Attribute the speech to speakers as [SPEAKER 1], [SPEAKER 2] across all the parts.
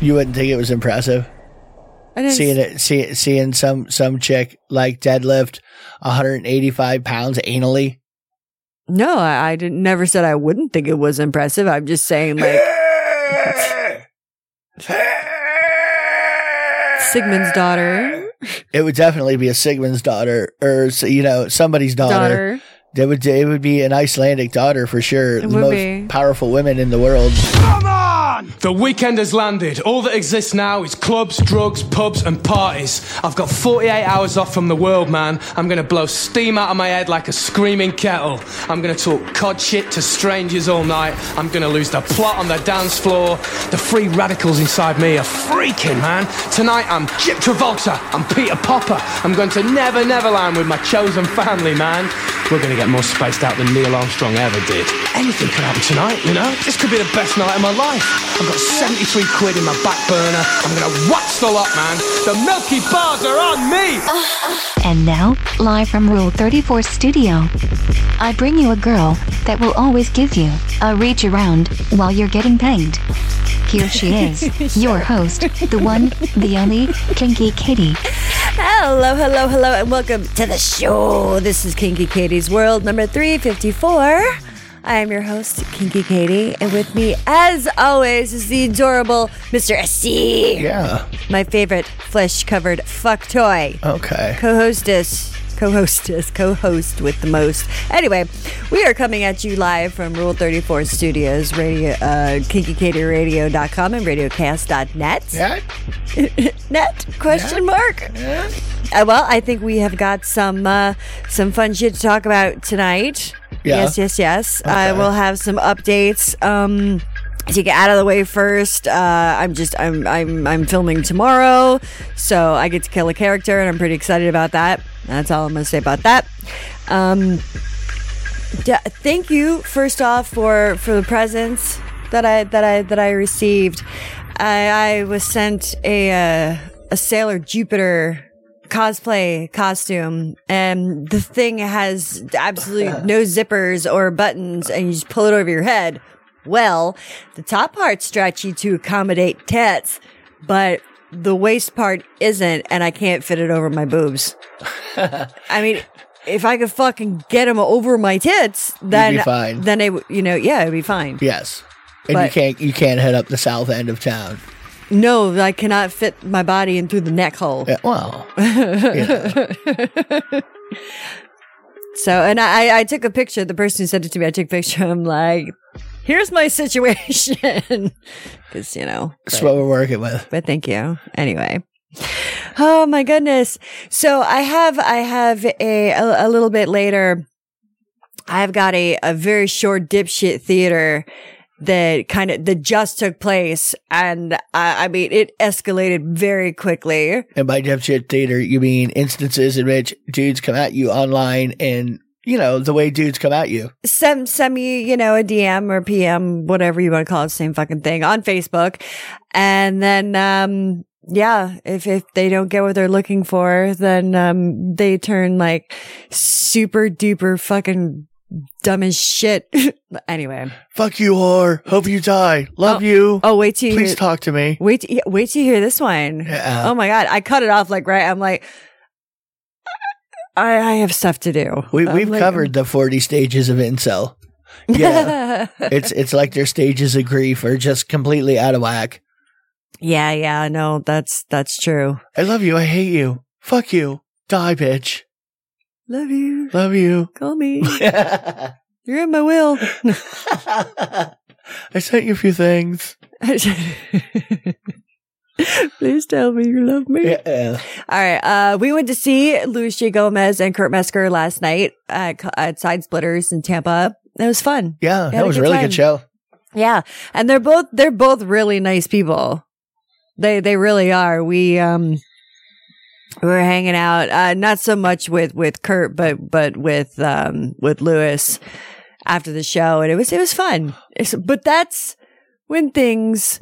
[SPEAKER 1] You wouldn't think it was impressive
[SPEAKER 2] I didn't
[SPEAKER 1] seeing
[SPEAKER 2] s-
[SPEAKER 1] it, see, seeing some some chick like deadlift 185 pounds anally.
[SPEAKER 2] No, I, I didn't, never said I wouldn't think it was impressive. I'm just saying, like, Sigmund's daughter,
[SPEAKER 1] It would definitely be a Sigmund's daughter, or you know somebody's daughter.
[SPEAKER 2] daughter.
[SPEAKER 1] It would it would be an Icelandic daughter for sure. the
[SPEAKER 2] would
[SPEAKER 1] most
[SPEAKER 2] be.
[SPEAKER 1] powerful women in the world.
[SPEAKER 3] The weekend has landed. All that exists now is clubs, drugs, pubs, and parties. I've got 48 hours off from the world, man. I'm gonna blow steam out of my head like a screaming kettle. I'm gonna talk cod shit to strangers all night. I'm gonna lose the plot on the dance floor. The free radicals inside me are freaking, man. Tonight I'm Chip Travolta. I'm Peter Popper. I'm going to Never Neverland with my chosen family, man. We're gonna get more spaced out than Neil Armstrong ever did. Anything could happen tonight, you know? This could be the best night of my life. I've got 73 quid in my back burner. I'm gonna watch the lot, man. The Milky Bars are on me!
[SPEAKER 4] And now, live from Rule 34 Studio, I bring you a girl that will always give you a reach around while you're getting banged. Here she is, your host, the one, the only, Kinky Kitty.
[SPEAKER 2] Hello, hello, hello, and welcome to the show. This is Kinky Katie's World number 354. I am your host, Kinky Katie, and with me, as always, is the adorable Mr. SC,
[SPEAKER 1] Yeah.
[SPEAKER 2] my favorite flesh covered fuck toy,
[SPEAKER 1] Okay.
[SPEAKER 2] co hostess. Co hostess, co host with the most. Anyway, we are coming at you live from Rule 34 Studios, radio, uh, kinkykatieradio.com and radiocast.net
[SPEAKER 1] Yeah.
[SPEAKER 2] net question mark Uh, well i think we have got some uh, some fun shit to talk about tonight
[SPEAKER 1] Yeah.
[SPEAKER 2] yes yes yes i
[SPEAKER 1] Okay.
[SPEAKER 2] will have some updates um to get out of the way first uh, i'm just I'm, I'm i'm filming tomorrow so i get to kill a character and i'm pretty excited about that that's all i'm gonna say about that um yeah, thank you first off for for the presents that I that I that I received. I, I was sent a uh, a Sailor Jupiter cosplay costume, and the thing has absolutely no zippers or buttons, and you just pull it over your head. Well, the top part's stretchy to accommodate tits, but the waist part isn't, and I can't fit it over my boobs. I mean, if I could fucking get them over my tits, then
[SPEAKER 1] be fine.
[SPEAKER 2] Then it, would- you know, yeah, it'd be fine.
[SPEAKER 1] Yes. And you
[SPEAKER 2] But-
[SPEAKER 1] can't you can't head up the south end of town.
[SPEAKER 2] No, I cannot fit my body in through the neck hole.
[SPEAKER 1] Yeah, well,
[SPEAKER 2] So, and I, I took a picture. The person who sent it to me, I took a picture. I'm like, here's my situation, because you know,
[SPEAKER 1] that's what we're working with.
[SPEAKER 2] but thank you anyway. Oh my goodness! So I have I have a a, a little bit later. I've got a a very short dipshit theater that kind of that just took place, and I, I mean it escalated very quickly.
[SPEAKER 1] And by dipshit theater, you mean instances in which dudes come at you online and, you know, the way dudes come at you.
[SPEAKER 2] Send send me you know a DM or PM whatever you want to call it, same fucking thing on Facebook, and then um yeah, if if they don't get what they're looking for, then um they turn like super duper fucking dumb as shit. anyway,
[SPEAKER 1] Fuck you, whore. Hope you die. Love
[SPEAKER 2] Oh,
[SPEAKER 1] you.
[SPEAKER 2] oh wait till you
[SPEAKER 1] Please
[SPEAKER 2] hear-
[SPEAKER 1] talk to me.
[SPEAKER 2] wait to, yeah, wait to hear this one.
[SPEAKER 1] Yeah.
[SPEAKER 2] Oh my god, I cut it off like right. I'm like. I, I have stuff to do.
[SPEAKER 1] We,
[SPEAKER 2] I'm
[SPEAKER 1] we've
[SPEAKER 2] like- um,
[SPEAKER 1] covered the 40 stages of incel. Yeah. it's it's like their stages of grief are just completely out of whack.
[SPEAKER 2] yeah, yeah, no, that's that's true.
[SPEAKER 1] I love you. I hate you. Fuck you. Die, bitch.
[SPEAKER 2] Love you.
[SPEAKER 1] Love you.
[SPEAKER 2] Call me.
[SPEAKER 1] I
[SPEAKER 2] You're in my will.
[SPEAKER 1] sent you a few things.
[SPEAKER 2] Please tell me you love me.
[SPEAKER 1] Yeah.
[SPEAKER 2] All right. Uh, we went to see Luis J. Gomez and Kurt Mesker last night at, at Side Splitters in Tampa. It was fun.
[SPEAKER 1] Yeah,
[SPEAKER 2] had
[SPEAKER 1] that
[SPEAKER 2] a
[SPEAKER 1] was a
[SPEAKER 2] good
[SPEAKER 1] really
[SPEAKER 2] time.
[SPEAKER 1] good show.
[SPEAKER 2] Yeah. And they're both, they're both really nice people. They, they really are. We, um, we were hanging out, uh, not so much with, with Kurt, but, but with, um, with Lewis after the show. And it was, it was fun. It's, but that's when things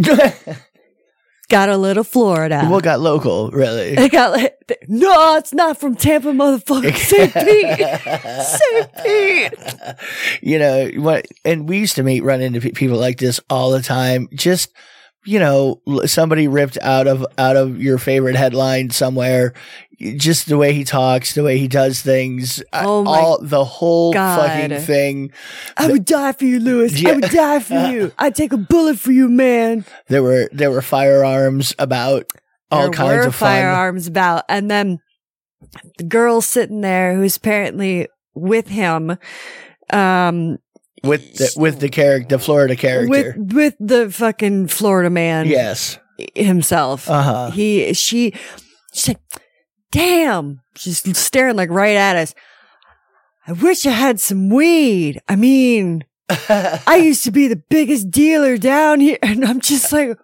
[SPEAKER 2] got a little Florida.
[SPEAKER 1] What got local, really?
[SPEAKER 2] They got like, th- no, it's not from Tampa, motherfucker. St. Pete. St. Pete.
[SPEAKER 1] you know what and we used to meet run into pe- people like this all the time just you know l- somebody ripped out of out of your favorite headline somewhere. Just the way he talks, the way he does things, I-
[SPEAKER 2] Oh my
[SPEAKER 1] all the whole
[SPEAKER 2] God.
[SPEAKER 1] fucking thing.
[SPEAKER 2] I would die for you, Lewis. I
[SPEAKER 1] Yeah.
[SPEAKER 2] would die for you. I'd take a bullet for you, man.
[SPEAKER 1] There were there were firearms about all
[SPEAKER 2] there
[SPEAKER 1] kinds
[SPEAKER 2] were
[SPEAKER 1] of fun.
[SPEAKER 2] firearms about, and then the girl sitting there who's apparently with him, um,
[SPEAKER 1] with the, with the character, the Florida character.
[SPEAKER 2] with with the fucking Florida man
[SPEAKER 1] yes.
[SPEAKER 2] himself.
[SPEAKER 1] Uh huh.
[SPEAKER 2] He she she's like, damn, she's staring like right at us. I wish I had some weed. I mean, I used to be the biggest dealer down here, and I'm just like,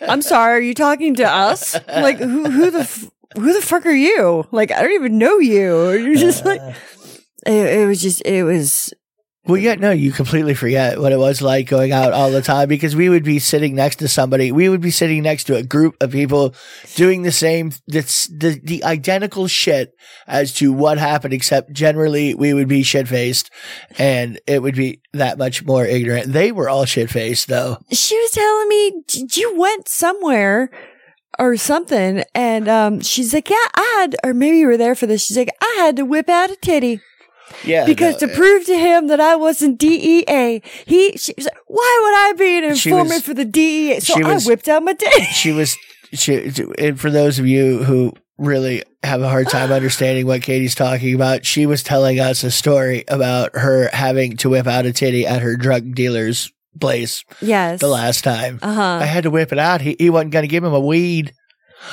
[SPEAKER 2] I'm sorry, are you talking to us? Like, who who the f- who the fuck are you? Like, I don't even know you. You're just like, it, it was just, it was,
[SPEAKER 1] Well, yeah, no, you completely forget what it was like going out all the time because we would be sitting next to somebody. We would be sitting next to a group of people doing the same, that's the, the identical shit as to what happened, except generally we would be shit faced and it would be that much more ignorant. They were all shit faced though.
[SPEAKER 2] she was telling me "D- you went somewhere or something, and um, she's like, yeah, I had, or maybe you were there for this. She's like, I had to whip out a titty.
[SPEAKER 1] Yeah.
[SPEAKER 2] because
[SPEAKER 1] no,
[SPEAKER 2] to prove to him that I wasn't DEA, he she was like, "Why would I be an
[SPEAKER 1] She
[SPEAKER 2] informant
[SPEAKER 1] was-
[SPEAKER 2] for the DEA?" So
[SPEAKER 1] she
[SPEAKER 2] I
[SPEAKER 1] was-
[SPEAKER 2] whipped out my dick.
[SPEAKER 1] she was, she, and for those of you who really have a hard time understanding what Katie's talking about, she was telling us a story about her having to whip out a titty at her drug dealer's place
[SPEAKER 2] Yes.
[SPEAKER 1] the last time.
[SPEAKER 2] Uh huh.
[SPEAKER 1] I had to whip it out. He, he wasn't going to give him a weed.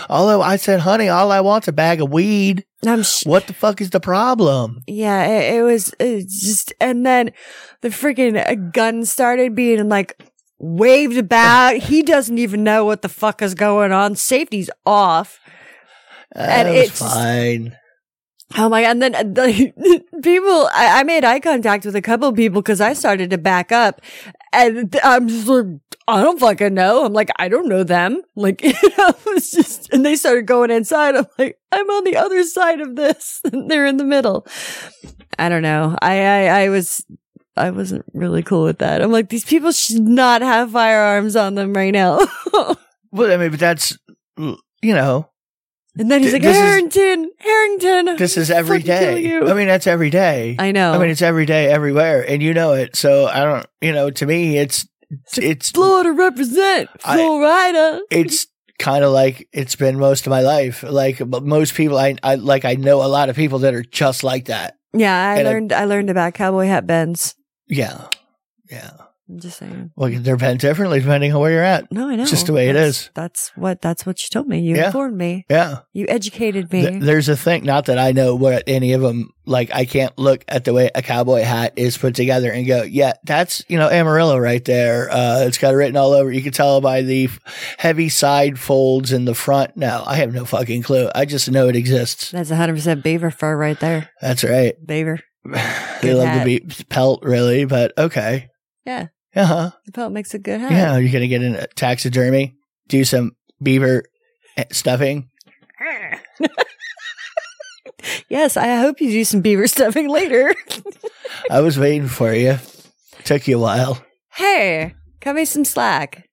[SPEAKER 1] Although I said, honey, all I want's a bag of weed.
[SPEAKER 2] I'm sh-
[SPEAKER 1] What the fuck is the problem?
[SPEAKER 2] yeah, it, it was it's just, and then the freaking uh, gun started being like waved about. he doesn't even know what the fuck is going on. Safety's off. And
[SPEAKER 1] it was
[SPEAKER 2] it's-
[SPEAKER 1] fine.
[SPEAKER 2] Oh my god! And then uh, the people, I, I made eye contact with a couple of people because I started to back up, and th- I'm just like, I don't fucking know. I'm like, I don't know them. Like, you know, it's just, and they started going inside. I'm like, I'm on the other side of this. And they're in the middle. I don't know. I, I, I was. I wasn't really cool with that. I'm like, these people should not have firearms on them right now.
[SPEAKER 1] Well, I mean, but that's, you know,
[SPEAKER 2] and then he's
[SPEAKER 1] Th-
[SPEAKER 2] like,
[SPEAKER 1] this is-
[SPEAKER 2] Harrington, Harrington.
[SPEAKER 1] this is every
[SPEAKER 2] fucking kill
[SPEAKER 1] day.
[SPEAKER 2] you.
[SPEAKER 1] I mean, that's every day.
[SPEAKER 2] I know.
[SPEAKER 1] I mean, it's every day, everywhere, and you know it. So I don't, you know, to me, it's it's
[SPEAKER 2] Florida represent
[SPEAKER 1] I-
[SPEAKER 2] Florida.
[SPEAKER 1] it's kind of like it's been most of my life. Like m- most people, I, I like I know a lot of people that are just like that.
[SPEAKER 2] yeah, I
[SPEAKER 1] and I-
[SPEAKER 2] learned I learned about cowboy hat bends.
[SPEAKER 1] Yeah, yeah.
[SPEAKER 2] I'm just saying.
[SPEAKER 1] Well, they're bent differently depending on where you're at.
[SPEAKER 2] No, I know.
[SPEAKER 1] It's just the way it
[SPEAKER 2] that's,
[SPEAKER 1] is.
[SPEAKER 2] That's what that's what you told me. You
[SPEAKER 1] Yeah.
[SPEAKER 2] informed me.
[SPEAKER 1] Yeah,
[SPEAKER 2] You educated me.
[SPEAKER 1] Th- there's a thing. Not that I know what any of them. Like I can't look at the way a cowboy hat is put together and go, yeah, that's you know Amarillo right there. Uh, it's got it written all over. You can tell by the f- heavy side folds in the front. No, I have no fucking clue. I just know it exists.
[SPEAKER 2] that's 100 percent beaver fur right there.
[SPEAKER 1] That's right.
[SPEAKER 2] Beaver.
[SPEAKER 1] they
[SPEAKER 2] Good
[SPEAKER 1] love
[SPEAKER 2] hat.
[SPEAKER 1] to be pelt really, but okay.
[SPEAKER 2] Yeah.
[SPEAKER 1] Uh huh.
[SPEAKER 2] The pelt makes a good hat.
[SPEAKER 1] Yeah, you're gonna get in a taxidermy, do some beaver eh, stuffing.
[SPEAKER 2] Yes, I hope you do some beaver stuffing later.
[SPEAKER 1] I was waiting for you. Took you a while.
[SPEAKER 2] hey, cut me some slack.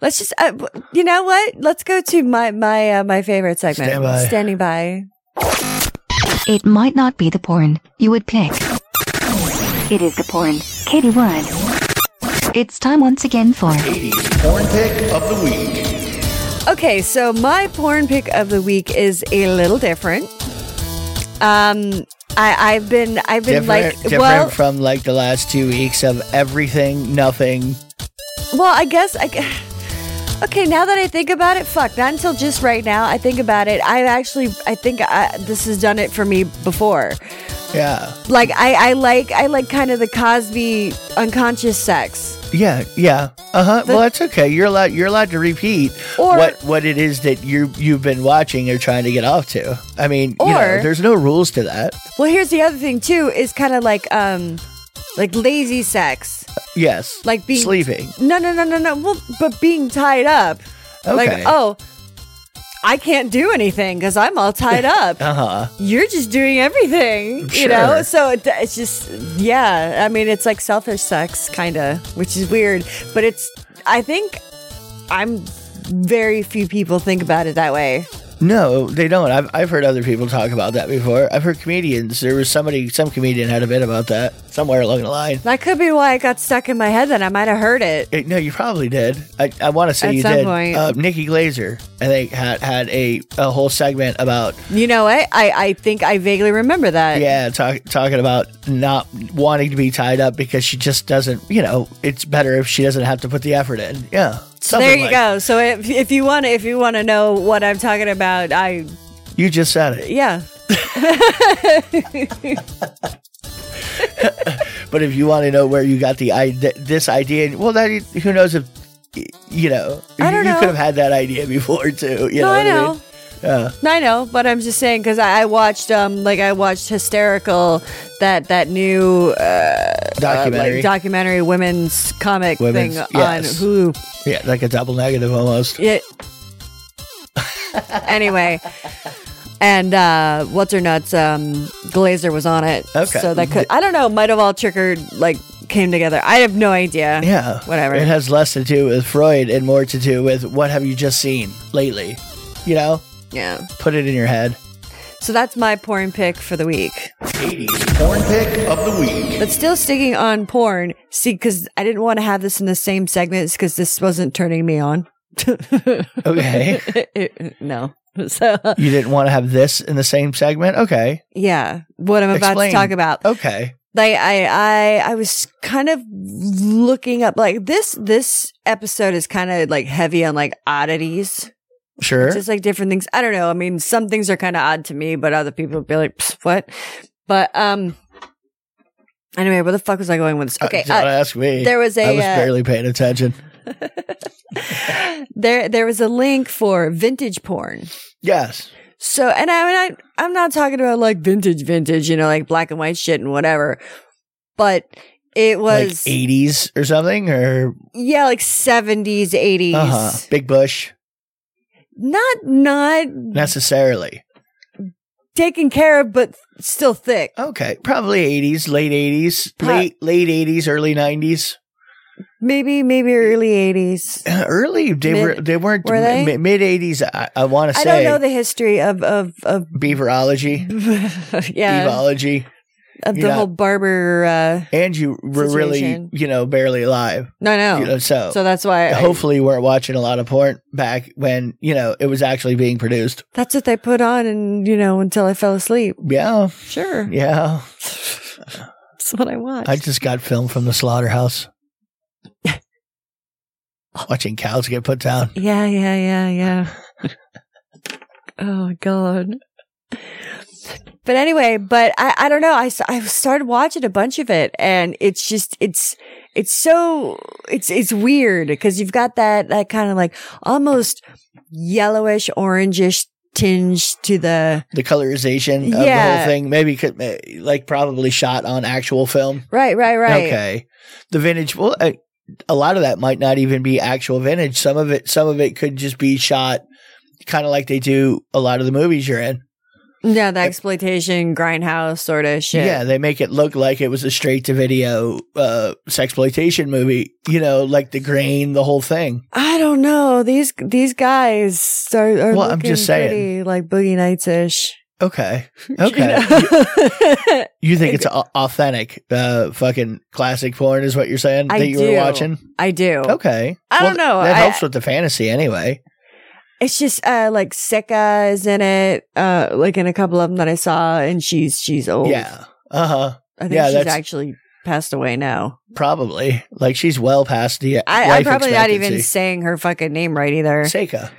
[SPEAKER 2] Let's just, uh, w- you know what? Let's go to my my uh, my favorite segment.
[SPEAKER 1] Stand by.
[SPEAKER 2] Standing by.
[SPEAKER 4] It might not be the porn you would pick. It is the porn Katie would. It's time once again for
[SPEAKER 2] Okay, so my porn pick of the week is a little different. Um, I, I've been, I've been
[SPEAKER 1] Different,
[SPEAKER 2] like,
[SPEAKER 1] different
[SPEAKER 2] well,
[SPEAKER 1] from like the last two weeks of everything, nothing.
[SPEAKER 2] well, I guess, I, gu- okay, now that I think about it, fuck, not until just right now, I think about it. I actually, I think I, this has done it for me before.
[SPEAKER 1] Yeah,
[SPEAKER 2] Like, I, I like, I like kind of the Cosby unconscious sex.
[SPEAKER 1] yeah, yeah. Uh huh. Well, that's okay. You're allowed. You're allowed to repeat
[SPEAKER 2] Or-
[SPEAKER 1] what what it is that you you've been watching or trying to get off to. I mean, you know,
[SPEAKER 2] Or-
[SPEAKER 1] there's no rules to that.
[SPEAKER 2] Well, here's the other thing too, is kind of like, um, like lazy sex.
[SPEAKER 1] Yes,
[SPEAKER 2] Like being-
[SPEAKER 1] sleeping.
[SPEAKER 2] No, no, no, no, no. Well, but being tied up. Like,
[SPEAKER 1] Okay.
[SPEAKER 2] oh, I can't do anything because I'm all tied up.
[SPEAKER 1] Uh huh.
[SPEAKER 2] You're just doing everything, you know?
[SPEAKER 1] Sure.
[SPEAKER 2] So it, it's just, yeah. I mean, it's like selfish sex, kind of, which is weird. But it's, I think I'm very few people think about it that way.
[SPEAKER 1] No, they don't. I've, I've heard other people talk about that before. I've heard comedians. There was somebody, some comedian had a bit about that somewhere along the line.
[SPEAKER 2] That could be why it got stuck in my head. Then I might have heard it.
[SPEAKER 1] Eh, no, you probably did. I, I want to say
[SPEAKER 2] At
[SPEAKER 1] you
[SPEAKER 2] some
[SPEAKER 1] did.
[SPEAKER 2] point.
[SPEAKER 1] Uh, Nikki Glazer, I think, had had a, a whole segment about
[SPEAKER 2] You know what? I, I think I vaguely remember that.
[SPEAKER 1] yeah, talk, talking about not wanting to be tied up because she just doesn't. You know, it's better if she doesn't have to put the effort in. Yeah,
[SPEAKER 2] So there
[SPEAKER 1] Something
[SPEAKER 2] you
[SPEAKER 1] like-
[SPEAKER 2] go. So if, if you want to if you want to know what I'm talking about, I
[SPEAKER 1] You just said it.
[SPEAKER 2] yeah.
[SPEAKER 1] But if you want to know where you got the idea, this idea, well, that who knows if you know?
[SPEAKER 2] I don't
[SPEAKER 1] you,
[SPEAKER 2] know.
[SPEAKER 1] could have had that idea before too. You
[SPEAKER 2] no,
[SPEAKER 1] know
[SPEAKER 2] I
[SPEAKER 1] what mean?
[SPEAKER 2] know. Uh, I know, but I'm just saying because I, I watched um like I watched hysterical that that new uh,
[SPEAKER 1] Documentary.
[SPEAKER 2] like documentary women's comic
[SPEAKER 1] Women's-
[SPEAKER 2] thing
[SPEAKER 1] yes.
[SPEAKER 2] on Hulu.
[SPEAKER 1] yeah, like a double negative almost.
[SPEAKER 2] Yeah. anyway, and uh, what's her nuts? Um, Glazer was on it.
[SPEAKER 1] Okay.
[SPEAKER 2] So that could I don't know. Might have all trickered like came together. I have no idea.
[SPEAKER 1] Yeah.
[SPEAKER 2] Whatever.
[SPEAKER 1] It has less to do with Freud and more to do with what have you just seen lately? You know?
[SPEAKER 2] yeah.
[SPEAKER 1] Put it in your head.
[SPEAKER 2] So that's my porn pick for the week.
[SPEAKER 5] 80s porn pick of the week.
[SPEAKER 2] But still sticking on porn. See, because I didn't want to have this in the same segments because this wasn't turning me on.
[SPEAKER 1] Okay.
[SPEAKER 2] no. So
[SPEAKER 1] you didn't want to have this in the same segment? Okay.
[SPEAKER 2] yeah, what I'm about
[SPEAKER 1] Explain.
[SPEAKER 2] to talk about.
[SPEAKER 1] Okay.
[SPEAKER 2] like I, I I was kind of looking up like this this episode is kind of like heavy on like oddities.
[SPEAKER 1] Sure.
[SPEAKER 2] Just like different things. I don't know. I mean, some things are kind of odd to me, but other people would be like, "Pfft, "What?" But um anyway, where the fuck was I going with this?
[SPEAKER 1] Uh,
[SPEAKER 2] Okay.
[SPEAKER 1] don't
[SPEAKER 2] uh,
[SPEAKER 1] ask me.
[SPEAKER 2] there was a
[SPEAKER 1] I was
[SPEAKER 2] uh,
[SPEAKER 1] barely paying attention.
[SPEAKER 2] there there was a link for vintage porn.
[SPEAKER 1] Yes.
[SPEAKER 2] So, and I mean, I, I'm not talking about like vintage, vintage, you know, like black and white shit and whatever. But it was
[SPEAKER 1] like 80s or something or
[SPEAKER 2] yeah, like 70s, 80s.
[SPEAKER 1] uh-huh. Big Bush
[SPEAKER 2] Not not
[SPEAKER 1] necessarily.
[SPEAKER 2] taken care of, but still thick.
[SPEAKER 1] Okay. Probably 80s, late 80s,
[SPEAKER 2] Pro-
[SPEAKER 1] late late 80s, early 90s.
[SPEAKER 2] Maybe maybe early 80s.
[SPEAKER 1] Early they
[SPEAKER 2] Mid-
[SPEAKER 1] were they weren't
[SPEAKER 2] were they?
[SPEAKER 1] mid 80s I, I want to
[SPEAKER 2] I
[SPEAKER 1] say
[SPEAKER 2] don't know the history of of of
[SPEAKER 1] beaverology,
[SPEAKER 2] yeah
[SPEAKER 1] evology,
[SPEAKER 2] of the
[SPEAKER 1] you're not-
[SPEAKER 2] whole barber. Uh,
[SPEAKER 1] and you were really,
[SPEAKER 2] Situation.
[SPEAKER 1] you know, barely alive.
[SPEAKER 2] no, no.
[SPEAKER 1] You know, so,
[SPEAKER 2] so that's why. I-
[SPEAKER 1] hopefully, you weren't watching a lot of porn back when you know it was actually being produced.
[SPEAKER 2] that's what they put on, and you know, until I fell asleep.
[SPEAKER 1] Yeah,
[SPEAKER 2] Sure,
[SPEAKER 1] yeah.
[SPEAKER 2] that's what I watched.
[SPEAKER 1] I just got film from the slaughterhouse, watching cows get put down.
[SPEAKER 2] Yeah, yeah, yeah, yeah. oh my god. But anyway, but I, I don't know. I, s- I started watching a bunch of it and it's just, it's, it's so, it's, it's weird because you've got that, that kind of like almost yellowish, orangish tinge to the,
[SPEAKER 1] The colorization of the
[SPEAKER 2] Yeah.
[SPEAKER 1] whole thing, maybe could, like probably shot on actual film.
[SPEAKER 2] right, right, right.
[SPEAKER 1] Okay. The vintage. Well, a, a lot of that might not even be actual vintage. Some of it, some of it could just be shot kind of like they do a lot of the movies you're in.
[SPEAKER 2] Yeah. The exploitation grindhouse sort of shit.
[SPEAKER 1] Yeah, they make it look like it was a straight to video uh sexploitation movie. You know, like the grain, the whole thing.
[SPEAKER 2] I don't know. These, these guys are, are
[SPEAKER 1] Well,
[SPEAKER 2] looking
[SPEAKER 1] I'm just saying.
[SPEAKER 2] pretty like boogie nights ish.
[SPEAKER 1] Okay. Okay.
[SPEAKER 2] know?
[SPEAKER 1] You think it's au- authentic uh fucking classic porn is what you're saying
[SPEAKER 2] I
[SPEAKER 1] that you
[SPEAKER 2] do.
[SPEAKER 1] were watching?
[SPEAKER 2] I do.
[SPEAKER 1] Okay.
[SPEAKER 2] I don't know.
[SPEAKER 1] That
[SPEAKER 2] I-
[SPEAKER 1] helps with the fantasy anyway.
[SPEAKER 2] It's just uh, like Sika is in it, uh, like in a couple of them that I saw, and she's she's old.
[SPEAKER 1] Yeah. Uh-huh.
[SPEAKER 2] I think
[SPEAKER 1] yeah,
[SPEAKER 2] she's
[SPEAKER 1] that's-
[SPEAKER 2] actually passed away now.
[SPEAKER 1] Probably. Like she's well past the
[SPEAKER 2] I, I'm
[SPEAKER 1] life
[SPEAKER 2] probably not even
[SPEAKER 1] expectancy.
[SPEAKER 2] saying her fucking name right either.
[SPEAKER 1] Seika.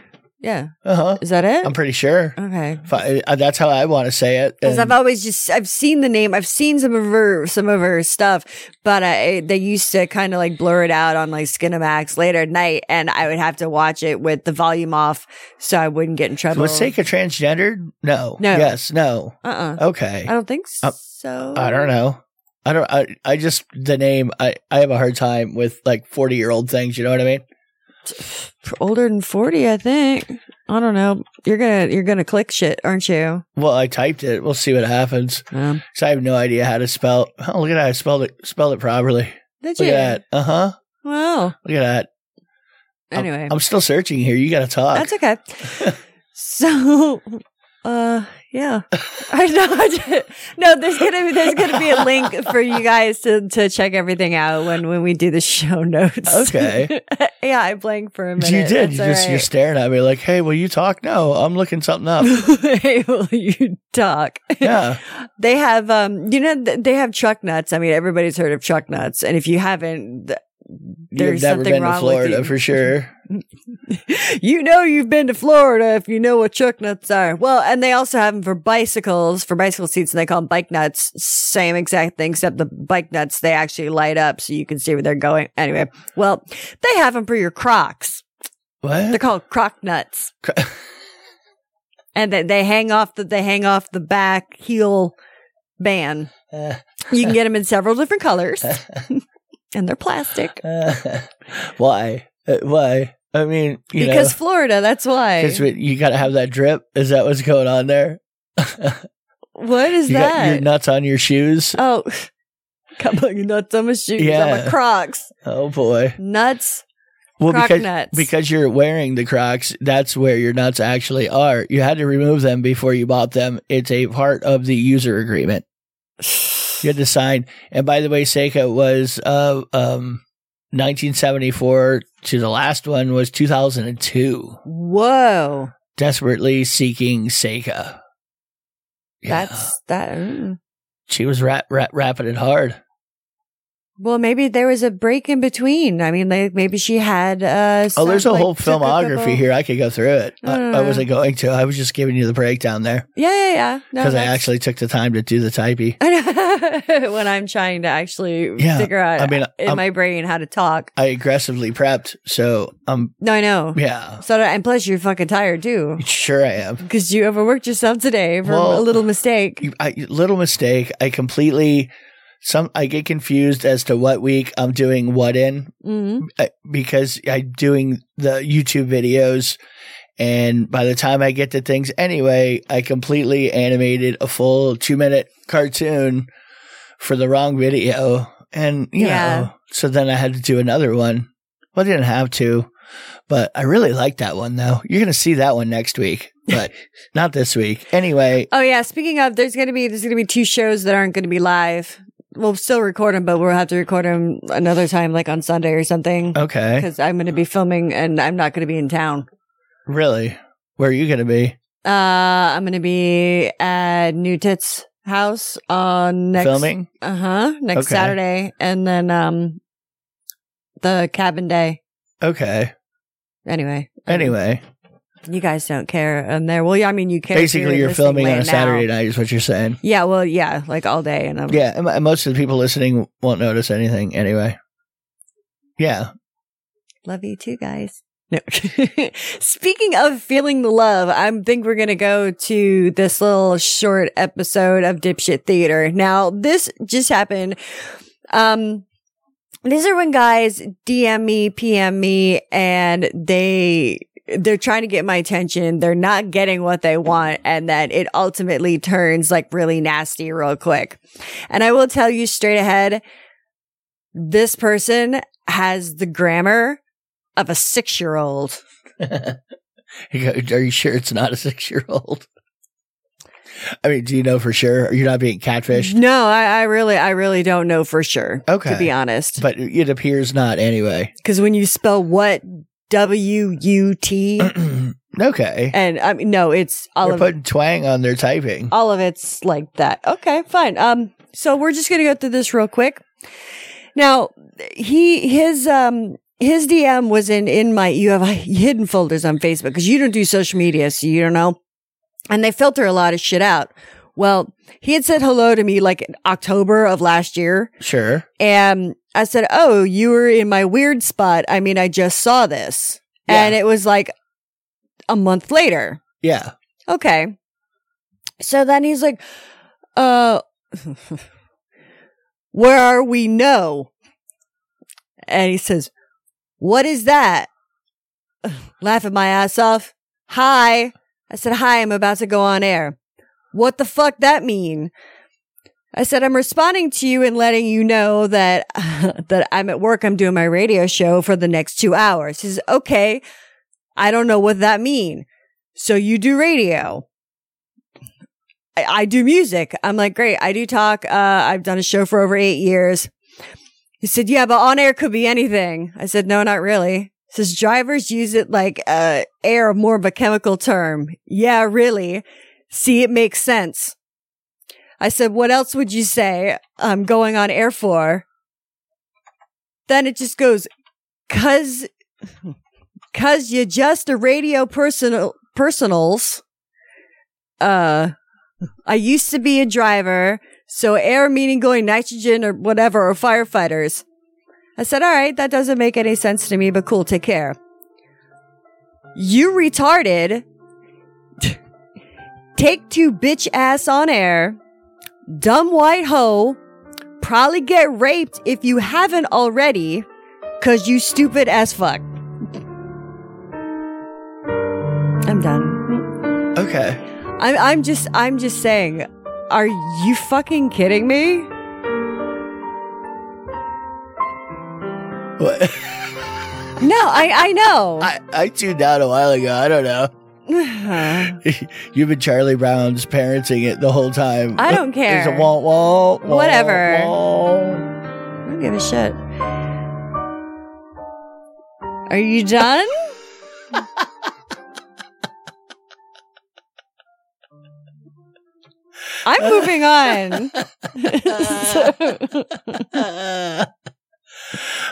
[SPEAKER 2] yeah,
[SPEAKER 1] Uh huh.
[SPEAKER 2] is that it?
[SPEAKER 1] I'm pretty sure.
[SPEAKER 2] okay.
[SPEAKER 1] If I- uh, That's how I want to say it.
[SPEAKER 2] Because I've
[SPEAKER 1] And
[SPEAKER 2] always just I've seen the name I've seen some of her some of her stuff, but I, they used to kind of like blur it out on like Skinamax later at night, and I would have to watch it with the volume off so I wouldn't get in trouble.
[SPEAKER 1] was Seika transgendered? No.
[SPEAKER 2] No.
[SPEAKER 1] Yes. No.
[SPEAKER 2] uh uh
[SPEAKER 1] Okay.
[SPEAKER 2] I don't think
[SPEAKER 1] Uh,
[SPEAKER 2] so.
[SPEAKER 1] I don't know. I don't. I, I just the name. I I have a hard time with like forty year old things. You know what I mean?
[SPEAKER 2] older than 40 i think i don't know you're gonna you're gonna click shit aren't you
[SPEAKER 1] Well, I typed it. We'll see what happens.
[SPEAKER 2] um,
[SPEAKER 1] Cause I have no idea how to spell. Oh, look at that! I spelled it. Spelled it properly.
[SPEAKER 2] did
[SPEAKER 1] Look
[SPEAKER 2] you
[SPEAKER 1] at that. Uh huh.
[SPEAKER 2] wow
[SPEAKER 1] Look at that.
[SPEAKER 2] Anyway,
[SPEAKER 1] I'm still searching here. You got to talk.
[SPEAKER 2] that's okay. so, uh, yeah. I know. no, there's gonna be there's gonna be a link for you guys to to check everything out when when we do the show notes.
[SPEAKER 1] Okay.
[SPEAKER 2] yeah, I blanked for a minute.
[SPEAKER 1] you did. You
[SPEAKER 2] That's
[SPEAKER 1] just,
[SPEAKER 2] all
[SPEAKER 1] You're
[SPEAKER 2] right.
[SPEAKER 1] staring at me like, hey, will you talk? No, I'm looking something up.
[SPEAKER 2] hey, will you talk?
[SPEAKER 1] yeah.
[SPEAKER 2] They have, um, you know, th- they have chuck nuts. I mean, everybody's heard of chuck nuts, and if you haven't, th-
[SPEAKER 1] You've
[SPEAKER 2] there's
[SPEAKER 1] never
[SPEAKER 2] something
[SPEAKER 1] been
[SPEAKER 2] wrong
[SPEAKER 1] to Florida
[SPEAKER 2] with you.
[SPEAKER 1] for sure.
[SPEAKER 2] you know, you've been to Florida if you know what chuck nuts are. Well, and they also have them for bicycles, for bicycle seats, and they call them bike nuts. Same exact thing, except the bike nuts they actually light up so you can see where they're going. Anyway, well, they have them for your Crocs. They're
[SPEAKER 1] What?
[SPEAKER 2] called croc nuts. and they, they hang off the they hang off the back heel band. You can get them in several different colors. and they're plastic.
[SPEAKER 1] why? Uh, why? I mean, you
[SPEAKER 2] because
[SPEAKER 1] know,
[SPEAKER 2] Florida, that's why.
[SPEAKER 1] 'cause we- you got to have that drip. Is that what's going on there?
[SPEAKER 2] What is
[SPEAKER 1] You got your
[SPEAKER 2] that?
[SPEAKER 1] nuts on your shoes.
[SPEAKER 2] oh. Come on, you nuts. I'm a shoes. I'm
[SPEAKER 1] Yeah.
[SPEAKER 2] a crocs.
[SPEAKER 1] Oh boy.
[SPEAKER 2] Nuts.
[SPEAKER 1] Well,
[SPEAKER 2] Croc
[SPEAKER 1] because
[SPEAKER 2] nuts.
[SPEAKER 1] because you're wearing the Crocs, that's where your nuts actually are. You had to remove them before you bought them. It's a part of the user agreement. You had to sign. And by the way, Seika was uh, um, 1974 to the last one was 2002.
[SPEAKER 2] Whoa.
[SPEAKER 1] Desperately seeking Seika. Yeah.
[SPEAKER 2] That's that. mm.
[SPEAKER 1] she was rap, rap, rapping it hard.
[SPEAKER 2] Well, maybe there was a break in between. I mean, like maybe she had. Uh,
[SPEAKER 1] Oh, there's
[SPEAKER 2] some,
[SPEAKER 1] a
[SPEAKER 2] like,
[SPEAKER 1] whole filmography
[SPEAKER 2] typical- Mm.
[SPEAKER 1] here. I could go through it. I,
[SPEAKER 2] No, no,
[SPEAKER 1] I
[SPEAKER 2] no.
[SPEAKER 1] wasn't going to. I was just giving you the breakdown there
[SPEAKER 2] Yeah, yeah, yeah. No,
[SPEAKER 1] because I
[SPEAKER 2] that's-
[SPEAKER 1] actually took the time to do the typey.
[SPEAKER 2] I know. when I'm trying to actually
[SPEAKER 1] Yeah,
[SPEAKER 2] figure out
[SPEAKER 1] I mean,
[SPEAKER 2] in
[SPEAKER 1] I'm-
[SPEAKER 2] my brain how to talk.
[SPEAKER 1] I aggressively prepped, so um,
[SPEAKER 2] No, I know.
[SPEAKER 1] yeah,
[SPEAKER 2] So and plus you're fucking tired too
[SPEAKER 1] sure I am.
[SPEAKER 2] because you overworked yourself today for
[SPEAKER 1] Well,
[SPEAKER 2] a little mistake.
[SPEAKER 1] You- I, little mistake. I completely some. I get confused as to what week I'm doing what in
[SPEAKER 2] hmm
[SPEAKER 1] uh, because I'm doing the YouTube videos, and by the time I get to things anyway, I completely animated a full two minute cartoon for the wrong video, and you
[SPEAKER 2] Yeah.
[SPEAKER 1] know, so then I had to do another one. Well, I didn't have to, but I really like that one though. You're gonna see that one next week, but not this week. Anyway,
[SPEAKER 2] Oh yeah. Speaking of, there's gonna be there's gonna be two shows that aren't gonna be live. We'll still record them, but we'll have to record them another time, like on Sunday or something.
[SPEAKER 1] okay,
[SPEAKER 2] Because I'm going to be filming and I'm not going to be in town.
[SPEAKER 1] really, where are you gonna be
[SPEAKER 2] Uh, I'm going to be at New Tits House on next
[SPEAKER 1] filming?
[SPEAKER 2] Uh huh. Next
[SPEAKER 1] Okay.
[SPEAKER 2] Saturday, and then um, the cabin day.
[SPEAKER 1] Okay.
[SPEAKER 2] Anyway,
[SPEAKER 1] Anyway,
[SPEAKER 2] you guys don't care, and there. Well, yeah, I mean, you care. if
[SPEAKER 1] basically, you're
[SPEAKER 2] listening
[SPEAKER 1] filming
[SPEAKER 2] late
[SPEAKER 1] on a
[SPEAKER 2] now. Um,
[SPEAKER 1] Saturday night, is what you're saying.
[SPEAKER 2] Yeah. Well, yeah, like all day, and I'm,
[SPEAKER 1] Yeah, and- and most of the people listening won't notice anything anyway. Yeah,
[SPEAKER 2] love you too, guys. No. Speaking of feeling the love, I think we're going to go to this little short episode of Dipshit Theater. Now, this just happened. Um, these are when guys DM me, PM me, and they, they're trying to get my attention. They're not getting what they want. And then it ultimately turns like really nasty real quick. And I will tell you straight ahead, this person has the grammar of a six year old.
[SPEAKER 1] You go, are you sure it's not a six year old? I mean, do you know for sure? You're not being catfished,
[SPEAKER 2] No, I, I really, I really don't know for sure.
[SPEAKER 1] Okay.
[SPEAKER 2] To be honest.
[SPEAKER 1] but it appears not anyway.
[SPEAKER 2] Cause when you spell what, W U T,
[SPEAKER 1] okay,
[SPEAKER 2] and I mean, no, it's all
[SPEAKER 1] they're
[SPEAKER 2] of, Uh,
[SPEAKER 1] putting twang on their typing.
[SPEAKER 2] all of it's like that. Okay, fine. Um, so we're just going to go through this real quick. Now, he, his, um, his DM was in, in my, you have hidden folders on Facebook because you don't do social media. So you don't know. and they filter a lot of shit out. Well, he had said hello to me like in October of last year.
[SPEAKER 1] Sure,
[SPEAKER 2] And I said, Oh, you were in my weird spot. I mean, I just saw this. And it was like a month later.
[SPEAKER 1] yeah,
[SPEAKER 2] Okay. So then he's like, uh, where are we? No. And he says, what is that? Laughing my ass off. Hi. I said, hi, I'm about to go on air. What the fuck that mean? I said, I'm responding to you and letting you know that, that I'm at work. I'm doing my radio show for the next two hours. He says, okay. I don't know what that mean. So you do radio. I, I do music. I'm like, great. I do talk. Uh, I've done a show for over eight years. He said, yeah, but on air could be anything. I said, no, not really. He says drivers use it like, uh, air, more of a chemical term. Yeah, really. See, it makes sense. I said, what else would you say I'm going on air for? Then it just goes, cause, cause you just a radio personal, personals. Uh, I used to be a driver. So air meaning going nitrogen or whatever, or firefighters. I said, all right, that doesn't make any sense to me, but cool. Take care. You retarded. Take two bitch ass on air dumb white hoe, probably get raped if you haven't already, cause you stupid as fuck. I'm done.
[SPEAKER 1] Okay.
[SPEAKER 2] I'm, I'm just, I'm just saying, are you fucking kidding me?
[SPEAKER 1] What?
[SPEAKER 2] No, I, I know.
[SPEAKER 1] I, I tuned out a while ago. I don't know. You've been Charlie Brown's parenting it the whole time.
[SPEAKER 2] I don't care.
[SPEAKER 1] There's a wah wah. wah,
[SPEAKER 2] Whatever.
[SPEAKER 1] wah.
[SPEAKER 2] I don't give a shit. Are you done? I'm moving on. So-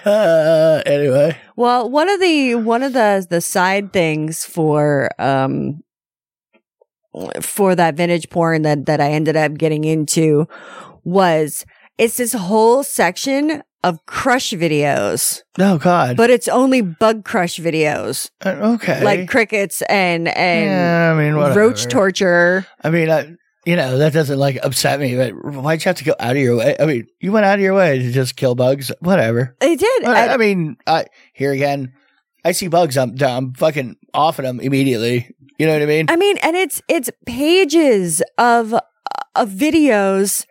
[SPEAKER 1] Uh, anyway,
[SPEAKER 2] well, one of the one of the the side things for um for that vintage porn that that I ended up getting into was it's this whole section of crush videos.
[SPEAKER 1] no God.
[SPEAKER 2] but it's only bug crush videos
[SPEAKER 1] Uh, okay.
[SPEAKER 2] like crickets and and
[SPEAKER 1] yeah, I mean, whatever.
[SPEAKER 2] roach torture
[SPEAKER 1] I mean, I, you know, that doesn't like upset me, but why'd you have to go out of your way? I mean, you went out of your way to just kill bugs. Whatever.
[SPEAKER 2] it did
[SPEAKER 1] Well, I,
[SPEAKER 2] I-
[SPEAKER 1] mean, I here again, I see bugs. I'm I'm fucking off at them immediately. You know what I mean?
[SPEAKER 2] I mean, and it's it's pages of uh, of videos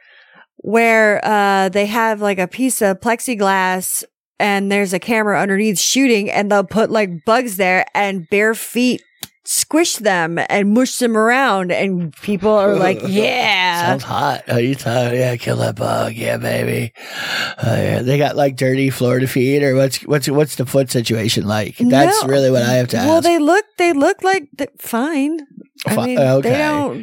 [SPEAKER 2] where uh, they have like a piece of plexiglass and there's a camera underneath shooting, and they'll put like bugs there and bare feet squish them and mush them around, and people are like, yeah.
[SPEAKER 1] Sounds hot. Are you tired? Yeah, kill that bug. Yeah, baby. Oh, yeah. They got like dirty Florida feet, or what's what's what's the foot situation like? That's
[SPEAKER 2] No.
[SPEAKER 1] really what I have to ask.
[SPEAKER 2] Well, they look they look like th- fine.
[SPEAKER 1] Fi-
[SPEAKER 2] I mean, they don't. they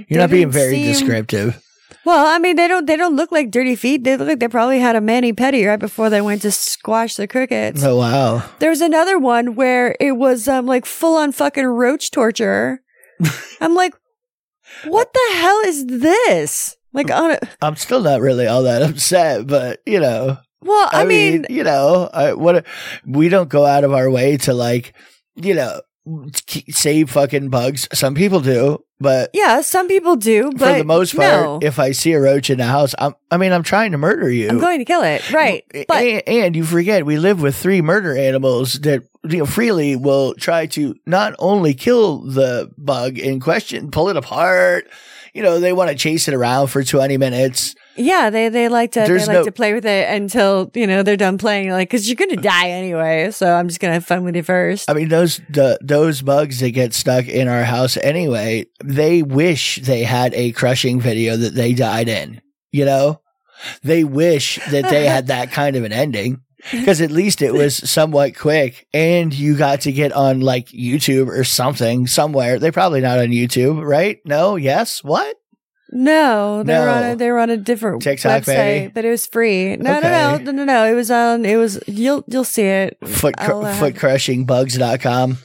[SPEAKER 1] You're not being
[SPEAKER 2] don't
[SPEAKER 1] very
[SPEAKER 2] seem-
[SPEAKER 1] descriptive.
[SPEAKER 2] Well, I mean, they don't. They don't look like dirty feet. They look like they probably had a mani pedi right before they went to squash the crickets.
[SPEAKER 1] Oh wow.
[SPEAKER 2] There was another one where it was um like full on fucking roach torture. I'm like, what the hell is this? Like on a,
[SPEAKER 1] I'm still not really all that upset, but you know,
[SPEAKER 2] well, I, mean,
[SPEAKER 1] you know, I, what we don't go out of our way to like, you know, k- save fucking bugs. Some people do, but
[SPEAKER 2] yeah, some people do, but
[SPEAKER 1] for the most part,
[SPEAKER 2] no,
[SPEAKER 1] if I see a roach in the house, I'm, I mean, I'm trying to murder you.
[SPEAKER 2] I'm going to kill it, right?
[SPEAKER 1] A-
[SPEAKER 2] But
[SPEAKER 1] and, and you forget we live with three murder animals that you know, freely will try to not only kill the bug in question, pull it apart. You know, they want to chase it around for 20 minutes.
[SPEAKER 2] Yeah, they they like to they
[SPEAKER 1] There's
[SPEAKER 2] like
[SPEAKER 1] no-
[SPEAKER 2] to play with it until you know they're done playing. Like, cause you're gonna die anyway, so I'm just gonna have fun with you first.
[SPEAKER 1] I mean, those the, those bugs that get stuck in our house anyway, they wish they had a crushing video that they died in. You know, they wish that they had that kind of an ending because at least it was somewhat quick and you got to get on like YouTube or something somewhere. They're probably not on YouTube, right? No, yes, what?
[SPEAKER 2] No, they were on
[SPEAKER 1] No.
[SPEAKER 2] a they were on a different
[SPEAKER 1] TikTok,
[SPEAKER 2] website,
[SPEAKER 1] maybe?
[SPEAKER 2] but it was free. No, no,
[SPEAKER 1] Okay.
[SPEAKER 2] no, no, no, no. It was on. It was you'll you'll see it.
[SPEAKER 1] Foot, cr-
[SPEAKER 2] I'll, uh,
[SPEAKER 1] footcrushingbugs.com.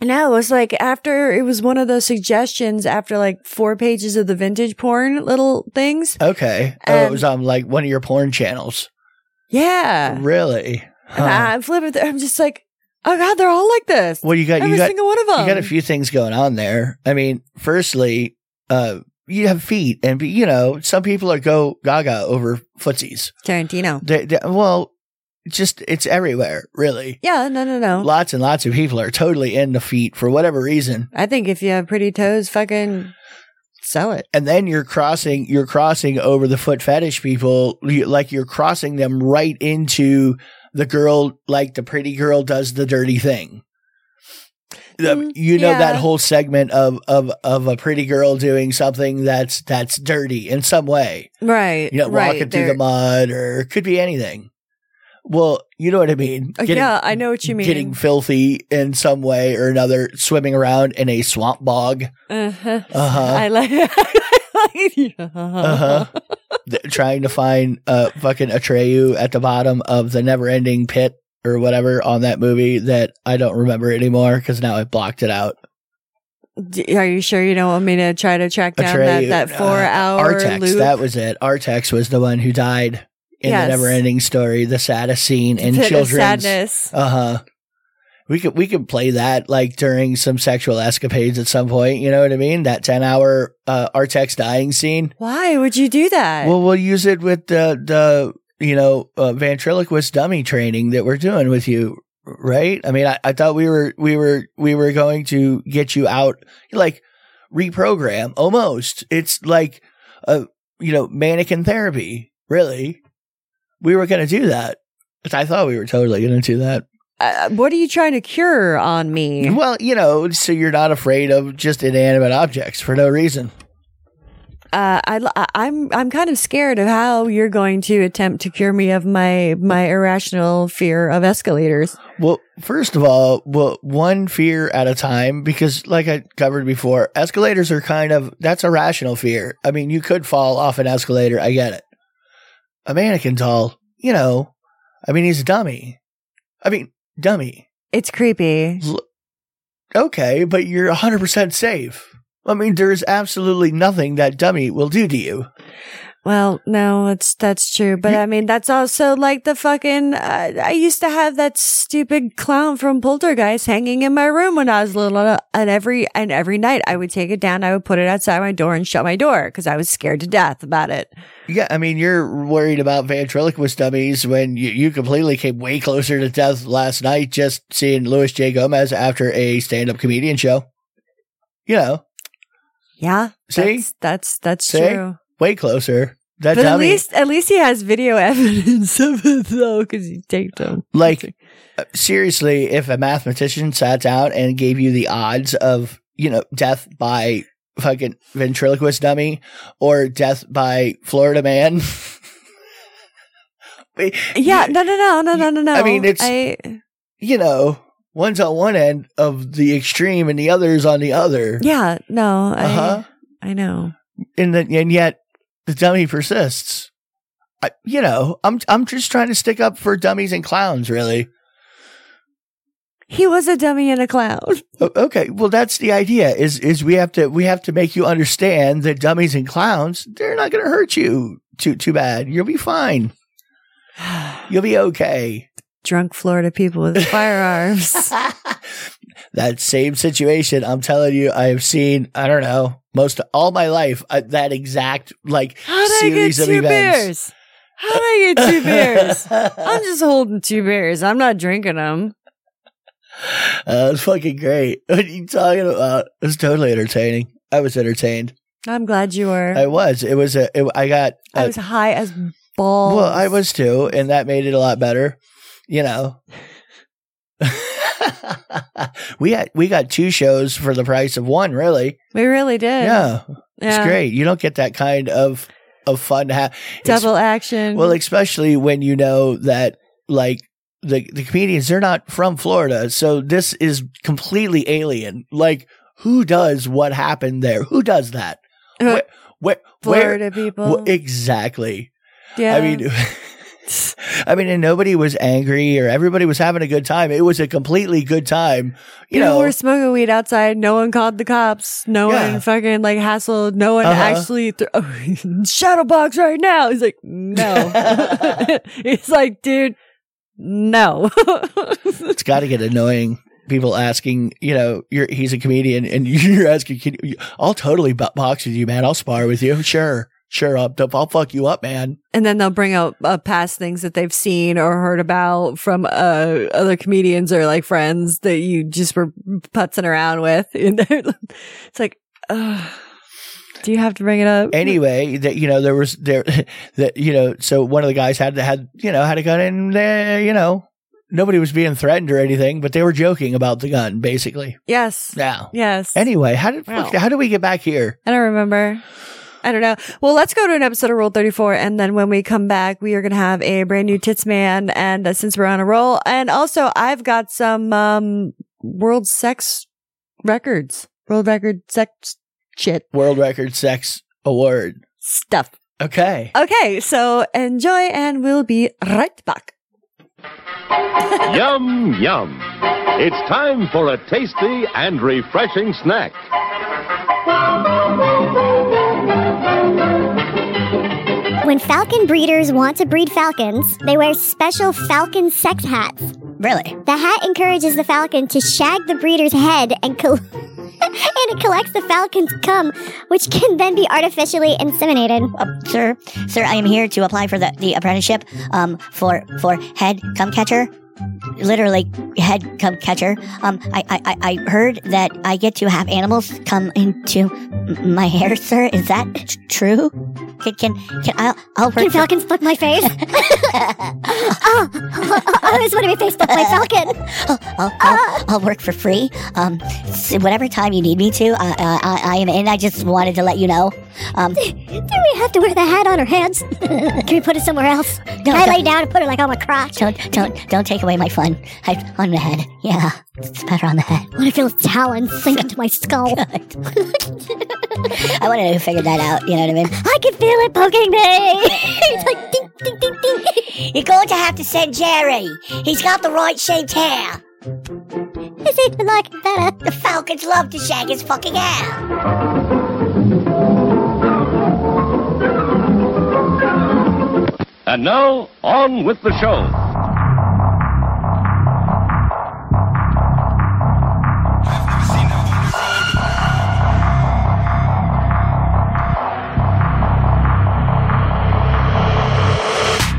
[SPEAKER 2] No, it was like after it was one of those suggestions after like four pages of the vintage porn little things.
[SPEAKER 1] Okay. oh, it
[SPEAKER 2] Um,
[SPEAKER 1] was on like one of your porn channels.
[SPEAKER 2] Yeah,
[SPEAKER 1] Really? Huh.
[SPEAKER 2] I'm flipping. Through. I'm just like, oh god, they're all like this.
[SPEAKER 1] well, you got,
[SPEAKER 2] Every
[SPEAKER 1] you got,
[SPEAKER 2] single one of them.
[SPEAKER 1] you got a few things going on there. I mean, firstly, uh, you have feet, and you know some people are go gaga over footsies.
[SPEAKER 2] Tarantino.
[SPEAKER 1] They, they, well, just it's everywhere, really.
[SPEAKER 2] Yeah, no, no, no.
[SPEAKER 1] Lots and lots of people are totally into feet for whatever reason.
[SPEAKER 2] I think if you have pretty toes, fucking sell it.
[SPEAKER 1] and then you're crossing you're crossing over the foot fetish people You- like you're crossing them right into the girl like the pretty girl does the dirty thing The-
[SPEAKER 2] Mm,
[SPEAKER 1] you know that
[SPEAKER 2] yeah.
[SPEAKER 1] whole segment of of of a pretty girl doing something that's that's dirty in some way
[SPEAKER 2] Right.
[SPEAKER 1] you know
[SPEAKER 2] right.
[SPEAKER 1] walking through
[SPEAKER 2] They're-
[SPEAKER 1] the mud or it could be anything well you know what i mean
[SPEAKER 2] Uh, yeah, I know what you mean.
[SPEAKER 1] getting filthy in some way or another swimming around in a swamp bog
[SPEAKER 2] uh-huh.
[SPEAKER 1] Uh-huh.
[SPEAKER 2] I like. Uh-huh.
[SPEAKER 1] Uh huh. trying to find uh fucking Atreyu at the bottom of the never ending pit or whatever on that movie that I don't remember anymore because now I blocked it out.
[SPEAKER 2] D- Are you sure you don't want me to try to track down
[SPEAKER 1] Atreyu,
[SPEAKER 2] that, that
[SPEAKER 1] uh,
[SPEAKER 2] four hour
[SPEAKER 1] Artex,
[SPEAKER 2] loop?
[SPEAKER 1] that was it. Artex was the one who died in
[SPEAKER 2] Yes.
[SPEAKER 1] the never ending story, the saddest scene in
[SPEAKER 2] Pit of
[SPEAKER 1] children's.
[SPEAKER 2] sadness.
[SPEAKER 1] Uh huh. We could we could play that like during some sexual escapades at some point. You know what I mean? That ten hour uh, Artex dying scene.
[SPEAKER 2] Why would you do that?
[SPEAKER 1] Well, we'll use it with the the you know uh, ventriloquist dummy training that we're doing with you, right? I mean, I, I thought we were we were we were going to get you out like reprogram almost. It's like a you know mannequin therapy, really. We were going to do that. But I thought we were totally going to do that.
[SPEAKER 2] uh, what are you trying to cure on me?
[SPEAKER 1] Well, you know, so you're not afraid of just inanimate objects for no reason.
[SPEAKER 2] Uh, I, l- I- I'm I'm kind of scared of how you're going to attempt to cure me of my my irrational fear of escalators.
[SPEAKER 1] Well, first of all, well, one fear at a time, because like I covered before, escalators are kind of that's a rational fear. I mean, you could fall off an escalator. I get it. A mannequin doll, you know, I mean, he's a dummy. I mean, dummy.
[SPEAKER 2] It's creepy.
[SPEAKER 1] Okay, but you're 100% safe. I mean, there's absolutely nothing that dummy will do to you.
[SPEAKER 2] Well, no, that's that's true, but I mean that's also like the fucking. Uh, I used to have that stupid clown from Poltergeist hanging in my room when I was little, and every and every night I would take it down, I would put it outside my door and shut my door because I was scared to death about it.
[SPEAKER 1] Yeah, I mean, you're worried about ventriloquist dummies when you, you completely came way closer to death last night just seeing Louis J. Gomez after a stand up comedian show. You know,
[SPEAKER 2] Yeah,
[SPEAKER 1] See?
[SPEAKER 2] that's that's, that's
[SPEAKER 1] See?
[SPEAKER 2] true.
[SPEAKER 1] way closer. That
[SPEAKER 2] But at
[SPEAKER 1] dummy,
[SPEAKER 2] least, at least he has video evidence of it though, because he taped them.
[SPEAKER 1] like, uh, seriously, if a mathematician sat down and gave you the odds of, you know, death by fucking ventriloquist dummy or death by Florida man.
[SPEAKER 2] yeah, no, no, no, no, no, no, no.
[SPEAKER 1] I mean, it's-
[SPEAKER 2] I,
[SPEAKER 1] you know, one's on one end of the extreme and the other's on the other.
[SPEAKER 2] yeah, no, I,
[SPEAKER 1] Uh-huh.
[SPEAKER 2] I know.
[SPEAKER 1] And the, and yet the dummy persists. I, you know, I'm I'm just trying to stick up for dummies and clowns, really.
[SPEAKER 2] He was a dummy and a clown.
[SPEAKER 1] O- Okay, well that's the idea is is we have to we have to make you understand that dummies and clowns they're not going to hurt you too too bad. You'll be fine. You'll be okay.
[SPEAKER 2] Drunk Florida people with firearms.
[SPEAKER 1] That same situation, I'm telling you, I have seen. I don't know most all my life uh, that exact like
[SPEAKER 2] How would I get
[SPEAKER 1] series of
[SPEAKER 2] two
[SPEAKER 1] events.
[SPEAKER 2] beers? How would I get two Oh, beers? I'm just holding two beers. I'm not drinking them.
[SPEAKER 1] Uh, it was fucking great. What are you talking about? It was totally entertaining. I was entertained.
[SPEAKER 2] I'm glad you were.
[SPEAKER 1] I was. It was a. It, I got.
[SPEAKER 2] I
[SPEAKER 1] a-
[SPEAKER 2] was high as balls.
[SPEAKER 1] well, I was too, and that made it a lot better. You know. we had we got two shows for the price of one. Really,
[SPEAKER 2] We really did.
[SPEAKER 1] yeah,
[SPEAKER 2] Yeah.
[SPEAKER 1] it's great. You don't get that kind of of fun to have. It's-
[SPEAKER 2] Double action.
[SPEAKER 1] Well, especially when you know that like the the comedians they're not from Florida, so this is completely alien. Like who does what happened there? Who does that? Where, where, where,
[SPEAKER 2] Florida people.
[SPEAKER 1] wh- exactly.
[SPEAKER 2] yeah.
[SPEAKER 1] I mean I mean and nobody was angry or everybody was having a good time. It was a completely good time. You
[SPEAKER 2] People
[SPEAKER 1] know,
[SPEAKER 2] were smoking weed outside. No one called the cops. No
[SPEAKER 1] Yeah.
[SPEAKER 2] one fucking like hassled. No one
[SPEAKER 1] Uh-huh.
[SPEAKER 2] actually th- shadow box right now. He's like, no. He's like, dude, no.
[SPEAKER 1] it's got to get annoying. People asking, you know, you're, he's a comedian and you're asking, can you, I'll totally bo- box with you, man. I'll spar with you. Sure. Sure. I'll, I'll fuck you up, man.
[SPEAKER 2] and then they'll bring up uh, past things that they've seen or heard about from uh, other comedians or like friends that you just were putzing around with. And they're- it's like, ugh. Do you have to bring it up?
[SPEAKER 1] anyway, that you know there was there that you know so one of the guys had had you know had a gun and uh, you know nobody was being threatened or anything, but they were joking about the gun basically.
[SPEAKER 2] yes.
[SPEAKER 1] Now,
[SPEAKER 2] Yes.
[SPEAKER 1] anyway, how did
[SPEAKER 2] Wow.
[SPEAKER 1] how do we get back here?
[SPEAKER 2] I don't remember. I don't know. Well, let's go to an episode of Rule 34. And then when we come back, we are going to have a brand new Tits Man. And uh, since we're on a roll, and also I've got some, um, world sex records, world record sex shit
[SPEAKER 1] World record sex award.
[SPEAKER 2] stuff.
[SPEAKER 1] Okay.
[SPEAKER 2] Okay. So enjoy and we'll be right back.
[SPEAKER 6] Yum, yum. It's time for a tasty and refreshing snack.
[SPEAKER 7] When falcon breeders want to breed falcons, they wear special falcon sex hats. Really? The hat encourages the falcon to shag the breeder's head and col- and it collects the falcon's cum, which can then be artificially inseminated.
[SPEAKER 8] Uh, Sir, sir, I am here to apply for the, the apprenticeship um, for for head cum catcher. Literally, head cum catcher. Um, I, I, I I heard that I get to have animals come into m- my hair, sir. Is that t- true? Can can, can I, I'll work
[SPEAKER 7] Can
[SPEAKER 8] for-
[SPEAKER 7] falcons fuck my face? oh, oh, oh, I always want to be face fucked by falcon. Uh,
[SPEAKER 8] I'll, I'll, I'll, I'll work for free. Um, s- whatever time you need me to, uh, uh, I, I am in. I just wanted to let you know. Um,
[SPEAKER 7] Do we have to wear the hat on our heads? Can we put it somewhere else? Can I
[SPEAKER 8] don't-
[SPEAKER 7] lay down and put it like on my crotch?
[SPEAKER 8] don't don't don't take away my fun. I, on the head, yeah, it's better on the head.
[SPEAKER 7] I want to feel talons sink into my skull.
[SPEAKER 8] I want to know who figured that out. You know what I mean?
[SPEAKER 7] I can feel it poking me. it's like ding, ding, ding, ding.
[SPEAKER 8] You're going to have to send Jerry. He's got the right shaped hair.
[SPEAKER 7] It's even like better.
[SPEAKER 8] The Falcons love to shag his fucking hair.
[SPEAKER 6] And now, on with the show.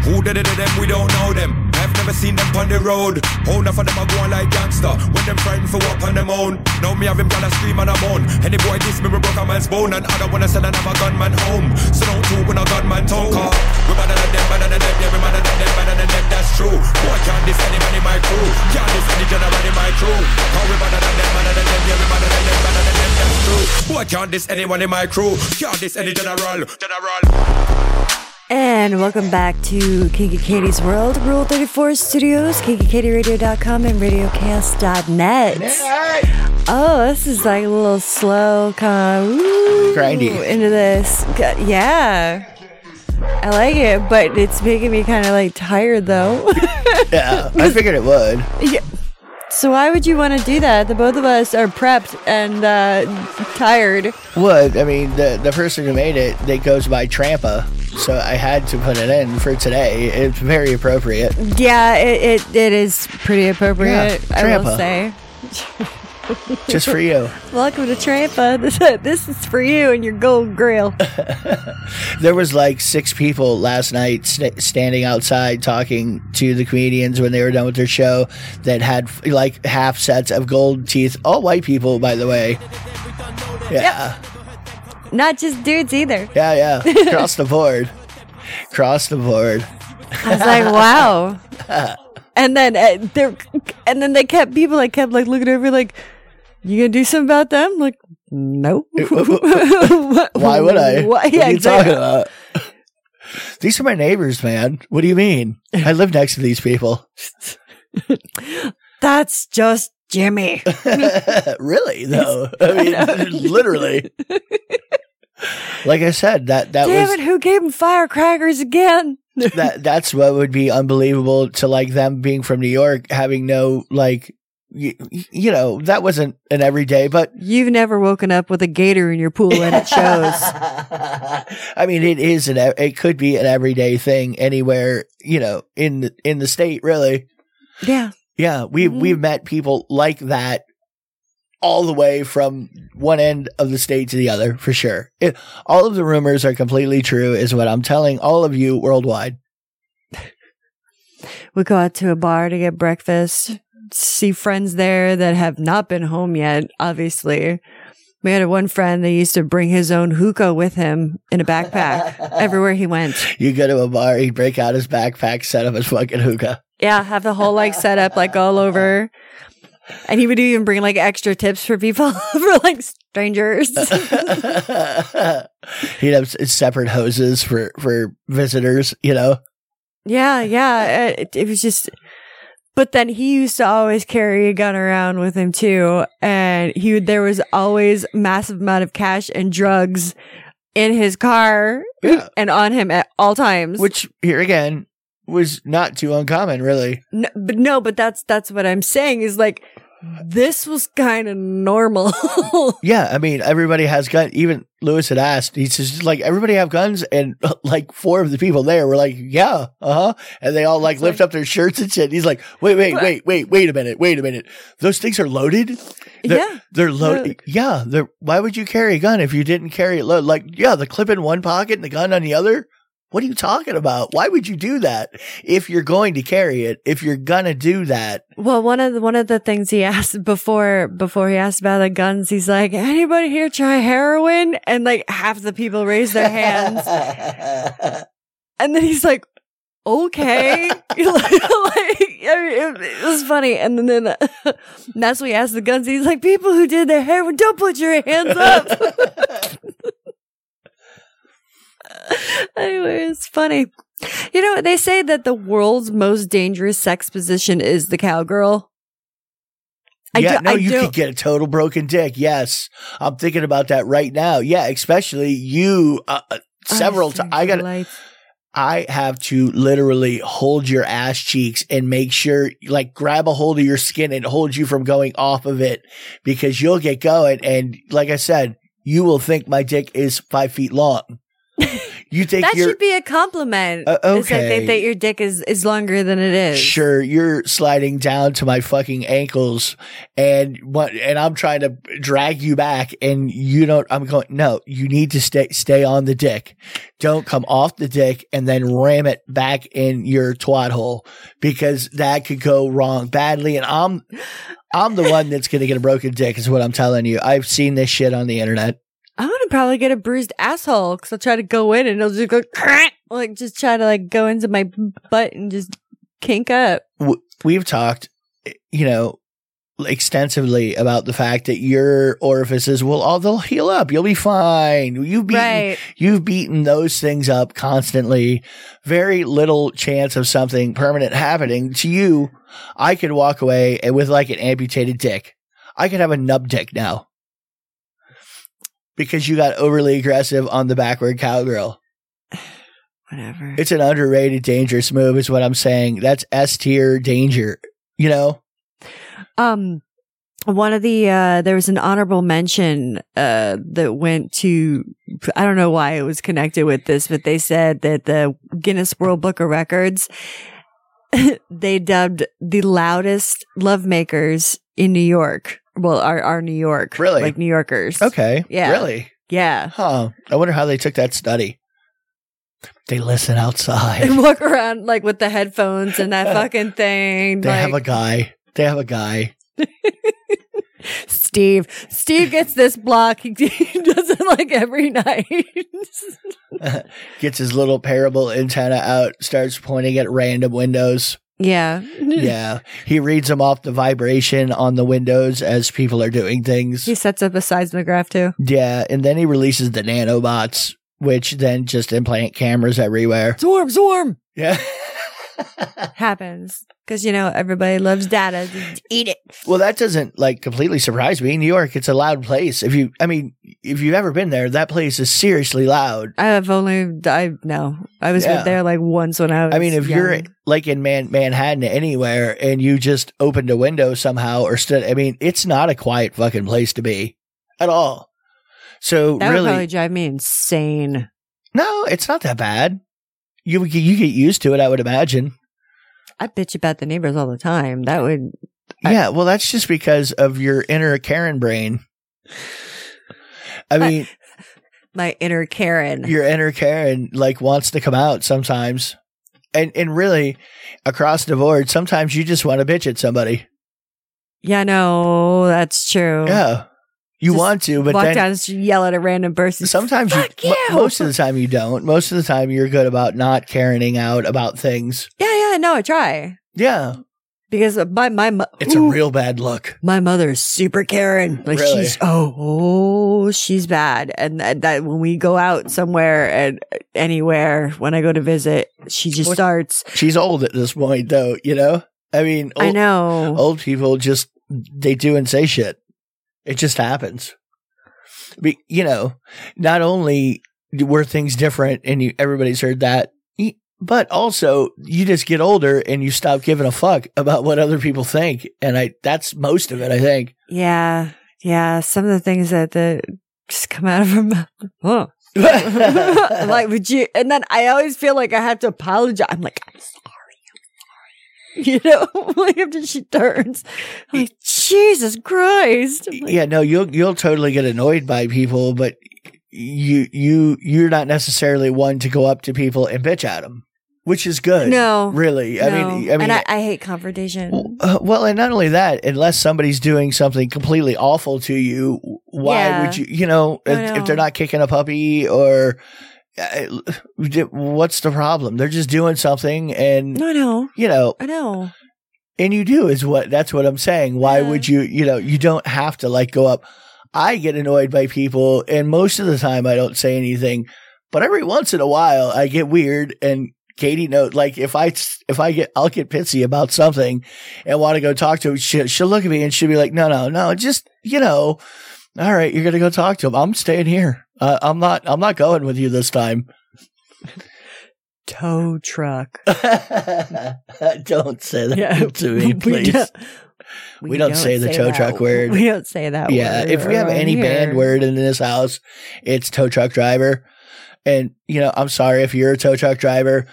[SPEAKER 9] Who did it to them? We don't know them. I've never seen them on the road. Whole enough of them are going like gangster. When them frightened for up on them own. Now me have him gonna scream and I'm on. Any boy this me, we broke a man's bone. And other one I said I have a gunman home. So don't talk when a gunman talk. Cause we better than them, better than them. Yeah, we better than them, better than them. That's true. Boy, can't diss any man in my crew. Can't diss any general in my crew. Cause we better than them, better than them. Yeah, we better than them, better than them. That's true. Boy, can't diss anyone in my crew. Can't diss any general. General.
[SPEAKER 2] And welcome back to Kinky Katie's World, Rule 34 Studios, KinkyKatieRadio.com, and RadioChaos.net. Oh, this is like a little slow kind of ooh,
[SPEAKER 1] Grindy.
[SPEAKER 2] into this. G- Yeah. I like it, but it's making me kind of like tired though.
[SPEAKER 1] Yeah, I figured it would.
[SPEAKER 2] so why would you want to do that? The both of us are prepped and uh, tired.
[SPEAKER 1] Would I mean the the person who made it that goes by Trampa, so I had to put it in for today. It's very appropriate.
[SPEAKER 2] Yeah, it, it, it is pretty appropriate,
[SPEAKER 1] Yeah,
[SPEAKER 2] I will
[SPEAKER 1] Trampa.
[SPEAKER 2] say.
[SPEAKER 1] Just for you.
[SPEAKER 2] Welcome to Trampa. This, this is for you and your gold grill.
[SPEAKER 1] There was like six people last night st- standing outside talking to the comedians when they were done with their show that had f- like half sets of gold teeth. All white people, by the way. Yeah,
[SPEAKER 2] Not just dudes either.
[SPEAKER 1] yeah, yeah. Across the board. Across the board.
[SPEAKER 2] I was like, wow. And then uh, there, and then they kept people like kept like looking over like, you gonna do something about them? Like, no.
[SPEAKER 1] Why
[SPEAKER 2] Why
[SPEAKER 1] would I?
[SPEAKER 2] Why?
[SPEAKER 1] What
[SPEAKER 2] Yeah,
[SPEAKER 1] are you talking
[SPEAKER 2] exactly.
[SPEAKER 1] about? These are my neighbors, man. What do you mean? I live next to these people.
[SPEAKER 2] That's just Jimmy.
[SPEAKER 1] really though i mean literally like i said that that
[SPEAKER 2] Damn
[SPEAKER 1] was
[SPEAKER 2] it! Who gave him firecrackers again?
[SPEAKER 1] that that's what would be unbelievable to like them being from new york having no like you, you know that wasn't an everyday but
[SPEAKER 2] You've never woken up with a gator in your pool and it shows.
[SPEAKER 1] i mean it is an e- it could be an everyday thing anywhere you know in in the state really
[SPEAKER 2] yeah.
[SPEAKER 1] Yeah, we've
[SPEAKER 2] Mhm.
[SPEAKER 1] we've met people like that all the way from one end of the state to the other for sure. It, all of the rumors are completely true, is what I'm telling all of you worldwide.
[SPEAKER 2] We go out to a bar to get breakfast, see friends there that have not been home yet, obviously. We had one friend that used to bring his own hookah with him in a backpack everywhere he went.
[SPEAKER 1] You go to a bar, he'd break out his backpack, set up his fucking hookah.
[SPEAKER 2] Yeah, have the whole like set up like all over. And he would even bring like extra tips for people for like strangers.
[SPEAKER 1] He'd have s- separate hoses for for visitors. You know,
[SPEAKER 2] yeah, yeah. It, it was just but then he used to always carry a gun around with him too. And he would there was always massive amount of cash and drugs in his car
[SPEAKER 1] Yeah.
[SPEAKER 2] and on him at all times.
[SPEAKER 1] which here again was not too uncommon, really.
[SPEAKER 2] No, but no, but that's that's what I'm saying is like this was kind of normal.
[SPEAKER 1] Yeah, I mean, everybody has guns. Even Lewis had asked. He says, like, everybody have guns, and like four of the people there were like, yeah, uh huh, and they all like lift up their shirts and shit. he's like, wait, wait,
[SPEAKER 2] But-
[SPEAKER 1] wait, wait, wait a minute, wait a minute. Those things are loaded. They're,
[SPEAKER 2] Yeah,
[SPEAKER 1] they're loaded. Yeah, they're. Why would you carry a gun if you didn't carry it loaded? Like, yeah, the clip in one pocket and the gun on the other. What are you talking about? Why would you do that if you're going to carry it? If you're gonna do that,
[SPEAKER 2] well, one of the, one of the things he asked before before he asked about the guns, he's like, "Anybody here try heroin?" And like half the people raise their hands, and then he's like, "Okay." like, I mean, it, it was funny, and then, then uh, that's when he asked the guns. He's like, "People who did the heroin, don't put your hands up." anyway, it's funny. You know, they say that the world's most dangerous sex position is the cowgirl.
[SPEAKER 1] yeah,
[SPEAKER 2] do-
[SPEAKER 1] no, you
[SPEAKER 2] don't-
[SPEAKER 1] could get a total broken dick. Yes, I'm thinking about that right now. Yeah, especially you. Uh, uh, several times, I got.
[SPEAKER 2] Lights.
[SPEAKER 1] I have to literally hold your ass cheeks and make sure, like, grab a hold of your skin and hold you from going off of it because you'll get going. And like I said, you will think my dick is five feet long. You think
[SPEAKER 2] That
[SPEAKER 1] you're
[SPEAKER 2] should be a compliment.
[SPEAKER 1] Uh,
[SPEAKER 2] It's like
[SPEAKER 1] okay.
[SPEAKER 2] they think your dick is, is longer than it is.
[SPEAKER 1] Sure, you're sliding down to my fucking ankles, and what? And I'm trying to drag you back, and you don't. I'm going. No, you need to stay stay on the dick. Don't come off the dick and then ram it back in your twat hole because that could go wrong badly. And I'm I'm the one that's going to get a broken dick, is what I'm telling you. I've seen this shit on the internet.
[SPEAKER 2] I'm going to probably get a bruised asshole because I'll try to go in and it'll just go, crack, like, just try to like go into my butt and just kink up.
[SPEAKER 1] w- we've talked, you know, extensively about the fact that your orifices will all they'll heal up. You'll be fine. You've beaten
[SPEAKER 2] Right.
[SPEAKER 1] you've beaten those things up constantly. Very little chance of something permanent happening to you. I could walk away and with like an amputated dick. I could have a nub dick now. Because you got overly aggressive on the backward cowgirl.
[SPEAKER 2] Whatever.
[SPEAKER 1] It's an underrated dangerous move, is what I'm saying. That's S tier danger. You know?
[SPEAKER 2] Um, one of the uh, there was an honorable mention uh that went to I don't know why it was connected with this, but they said that the Guinness World Book of Records they dubbed the loudest lovemakers in New York. Well, our our New York,
[SPEAKER 1] Really?
[SPEAKER 2] like New Yorkers.
[SPEAKER 1] Okay.
[SPEAKER 2] Yeah.
[SPEAKER 1] Really?
[SPEAKER 2] yeah,
[SPEAKER 1] Huh. I wonder how they took that study. They listen outside.
[SPEAKER 2] and walk around like with the headphones and that fucking thing.
[SPEAKER 1] They have a
[SPEAKER 2] like,
[SPEAKER 1] guy. They have a guy.
[SPEAKER 2] Steve, Steve gets this block. He does it like every night.
[SPEAKER 1] Gets his little parable antenna out, starts pointing at random windows.
[SPEAKER 2] Yeah.
[SPEAKER 1] Yeah. He reads them off the vibration on the windows as people are doing things.
[SPEAKER 2] He sets up a seismograph too.
[SPEAKER 1] yeah. And then he releases the nanobots, which then just implant cameras everywhere.
[SPEAKER 2] Swarm, swarm
[SPEAKER 1] Yeah.
[SPEAKER 2] happens because you know everybody loves data.
[SPEAKER 8] Eat it.
[SPEAKER 1] Well, that doesn't like completely surprise me. New York, it's a loud place. If you, I mean, if you've ever been there, that place is seriously loud.
[SPEAKER 2] I've only I no, I was
[SPEAKER 1] Yeah.
[SPEAKER 2] there like once when I was.
[SPEAKER 1] I mean, if
[SPEAKER 2] young.
[SPEAKER 1] you're like in Man- Manhattan anywhere and you just opened a window somehow or stood, I mean, it's not a quiet fucking place to be at all. So
[SPEAKER 2] that would
[SPEAKER 1] really,
[SPEAKER 2] probably drive me insane.
[SPEAKER 1] no, it's not that bad. You would get- you get used to it, I would imagine.
[SPEAKER 2] I bitch about the neighbors all the time. That would I-
[SPEAKER 1] yeah, well, that's just because of your inner Karen brain. I mean,
[SPEAKER 2] my inner Karen.
[SPEAKER 1] your inner Karen like wants to come out sometimes. And and really across the board, sometimes you just want to bitch at somebody.
[SPEAKER 2] yeah, no, that's true.
[SPEAKER 1] Yeah. You want to, but
[SPEAKER 2] walk
[SPEAKER 1] then
[SPEAKER 2] down the street, yell at a random person.
[SPEAKER 1] sometimes you,
[SPEAKER 2] Fuck you.
[SPEAKER 1] mo- most of the time you don't. Most of the time you're good about not carrying out about things.
[SPEAKER 2] yeah, yeah, no, I try
[SPEAKER 1] Yeah,
[SPEAKER 2] because my my mo-
[SPEAKER 1] it's
[SPEAKER 2] Ooh,
[SPEAKER 1] a real bad look.
[SPEAKER 2] my mother is super Karen. Like
[SPEAKER 1] Really?
[SPEAKER 2] she's oh oh she's bad, and that, that when we go out somewhere and anywhere when I go to visit, she just
[SPEAKER 1] What-
[SPEAKER 2] starts.
[SPEAKER 1] She's old at this point, though. You know, I mean,
[SPEAKER 2] I
[SPEAKER 1] ol-
[SPEAKER 2] know.
[SPEAKER 1] old people just they do and say shit. It just happens. Be, you know, not only were things different, and you, everybody's heard that, e- but also you just get older and you stop giving a fuck about what other people think. And I, that's most of it, I think.
[SPEAKER 2] Yeah, yeah. Some of the things that the just come out of her mouth. Oh. like, would you? And then I always feel like I have to apologize. I'm like, I'm sorry, I'm sorry. You know, like after she turns, I'm like Jesus Christ. I'm like,
[SPEAKER 1] yeah, no, you'll you'll totally get annoyed by people, but you you you're not necessarily one to go up to people and bitch at them, which is good.
[SPEAKER 2] No,
[SPEAKER 1] really. I mean,
[SPEAKER 2] no.
[SPEAKER 1] I mean,
[SPEAKER 2] and I, I hate confrontation.
[SPEAKER 1] Uh, well, and not only that, unless somebody's doing something completely awful to you, why
[SPEAKER 2] Yeah.
[SPEAKER 1] would you, you know,
[SPEAKER 2] I
[SPEAKER 1] if,
[SPEAKER 2] know.
[SPEAKER 1] if they're not kicking a puppy or uh, what's the problem? They're just doing something and,
[SPEAKER 2] No, no,
[SPEAKER 1] you know,
[SPEAKER 2] I know.
[SPEAKER 1] and you do is what that's what I'm saying. Why
[SPEAKER 2] Yeah.
[SPEAKER 1] would you, you know, you don't have to like go up. I get annoyed by people and most of the time I don't say anything, but every once in a while I get weird and Katie knows, like if I, if I get, I'll get pissy about something and want to go talk to her, she, she'll look at me and she'll be like, no, no, no, just, you know, all right, you're going to go talk to him. I'm staying here. Uh, I'm not, I'm not going with you this time.
[SPEAKER 2] Tow truck.
[SPEAKER 1] don't say that
[SPEAKER 2] Yeah,
[SPEAKER 1] to me, please.
[SPEAKER 2] We, don't-
[SPEAKER 1] We don't say the tow
[SPEAKER 2] that
[SPEAKER 1] truck word.
[SPEAKER 2] We don't say that.
[SPEAKER 1] Yeah,
[SPEAKER 2] word
[SPEAKER 1] if we have
[SPEAKER 2] around
[SPEAKER 1] any banned
[SPEAKER 2] here.
[SPEAKER 1] word in this house, it's tow truck driver. And you know, I'm sorry if you're a tow truck driver,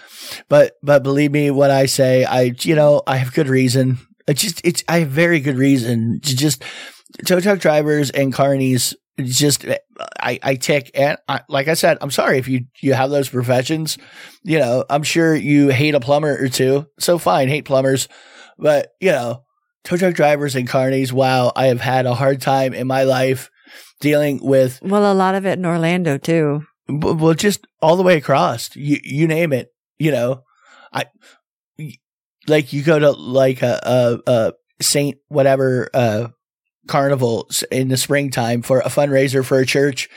[SPEAKER 1] but but believe me when I say I, you know, I have good reason. I just it's I have very good reason to just tow truck drivers and carnies just I I tick and I, like I said, I'm sorry if you you have those professions. You know, I'm sure you hate a plumber or two, so fine, hate plumbers, but you know tow truck drivers and carnies, wow, I have had a hard time in my life dealing with,
[SPEAKER 2] Well, a lot of it in Orlando too.
[SPEAKER 1] b- well, just all the way across. You, you name it, you know, I, like you go to like a, a, a Saint whatever, uh, carnival s- in the springtime for a fundraiser for a church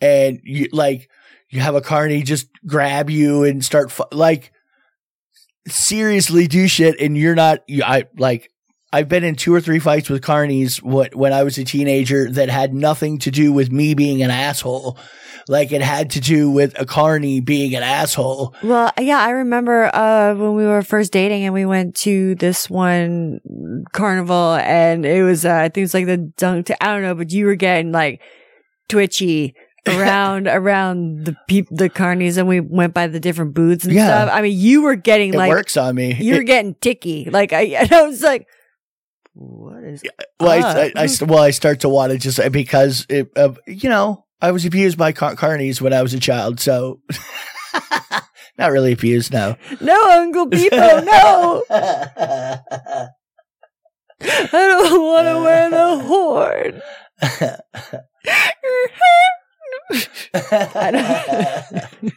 [SPEAKER 1] and you like, you have a carny just grab you and start fu- like seriously do shit and you're not you- I like I've been in two or three fights with carnies what when I was a teenager that had nothing to do with me being an asshole like it had to do with a carny being an asshole
[SPEAKER 2] Well, yeah, I remember uh, when we were first dating and we went to this one carnival and it was, uh, I think it was like the dunk, I don't know, but you were getting like twitchy around, around the peop- the carnies and we went by the different booths and
[SPEAKER 1] Yeah.
[SPEAKER 2] stuff. I mean, you were getting
[SPEAKER 1] it
[SPEAKER 2] like,
[SPEAKER 1] works on me
[SPEAKER 2] you were
[SPEAKER 1] It-
[SPEAKER 2] getting ticky. Like I, and I was like, what is
[SPEAKER 1] well, I, I,
[SPEAKER 2] up?
[SPEAKER 1] I st- well I start to want to just because it, uh, you know I was abused by car- carnies when I was a child so not really abused no
[SPEAKER 2] no, Uncle Beepo, no, I don't want to wear the horn. I don't-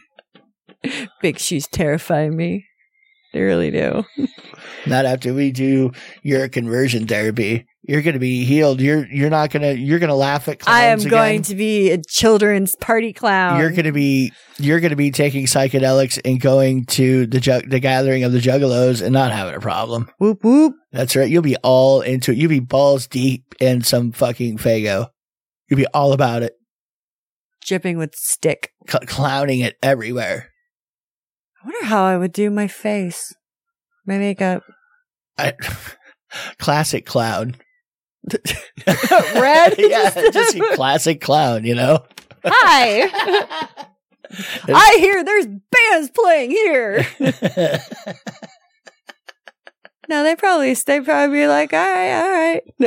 [SPEAKER 2] Big shoes terrify me. They really do.
[SPEAKER 1] not after we do your conversion therapy. You're going to be healed. You're you're not going to you're going to laugh at clowns
[SPEAKER 2] I am
[SPEAKER 1] again.
[SPEAKER 2] going to be a children's party clown.
[SPEAKER 1] You're going to be you're going to be taking psychedelics and going to the ju- the gathering of the juggalos and not having a problem.
[SPEAKER 2] whoop whoop.
[SPEAKER 1] That's right. You'll be all into it. You'll be balls deep in some fucking fago. You'll be all about it,
[SPEAKER 2] Dripping with stick.
[SPEAKER 1] cl- clowning it everywhere.
[SPEAKER 2] I wonder how I would do my face, my makeup.
[SPEAKER 1] I, classic clown.
[SPEAKER 2] Red?
[SPEAKER 1] yeah, just a classic clown, you know?
[SPEAKER 2] Hi. I hear there's bands playing here. No, they probably they probably be like, all right, all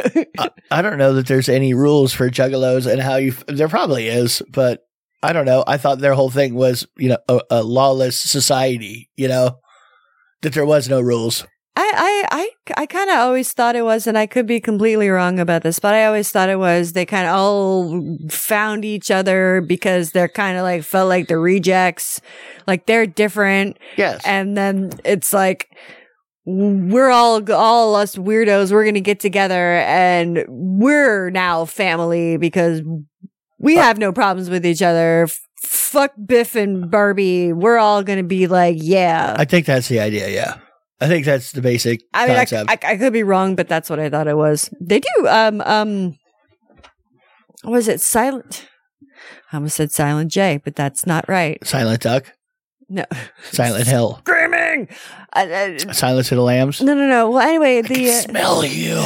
[SPEAKER 2] right.
[SPEAKER 1] I, I don't know that there's any rules for juggalos and how you. f- There probably is, but I don't know. I thought their whole thing was, you know, a, a lawless society. You know, that there was no rules.
[SPEAKER 2] I, I, I, I kind of always thought it was, and I could be completely wrong about this, but I always thought it was they kind of all found each other because they're kind of like felt like the rejects, like they're different.
[SPEAKER 1] Yes.
[SPEAKER 2] And then it's like, we're all, all us weirdos, we're going to get together and we're now family because we have no problems with each other. F- Fuck Biff and Barbie. We're all going to be like, yeah.
[SPEAKER 1] I think that's the idea. Yeah, I think that's the basic
[SPEAKER 2] I mean, I,
[SPEAKER 1] concept.
[SPEAKER 2] I, I could be wrong, but that's what I thought it was. They do. Um, um, was it silent? I almost said Silent J, but that's not right.
[SPEAKER 1] Silent Duck,
[SPEAKER 2] No,
[SPEAKER 1] Silent Hill,
[SPEAKER 2] screaming. Uh, uh,
[SPEAKER 1] Silence of the Lambs.
[SPEAKER 2] no, no, no. Well, anyway, the uh,
[SPEAKER 1] Smell you.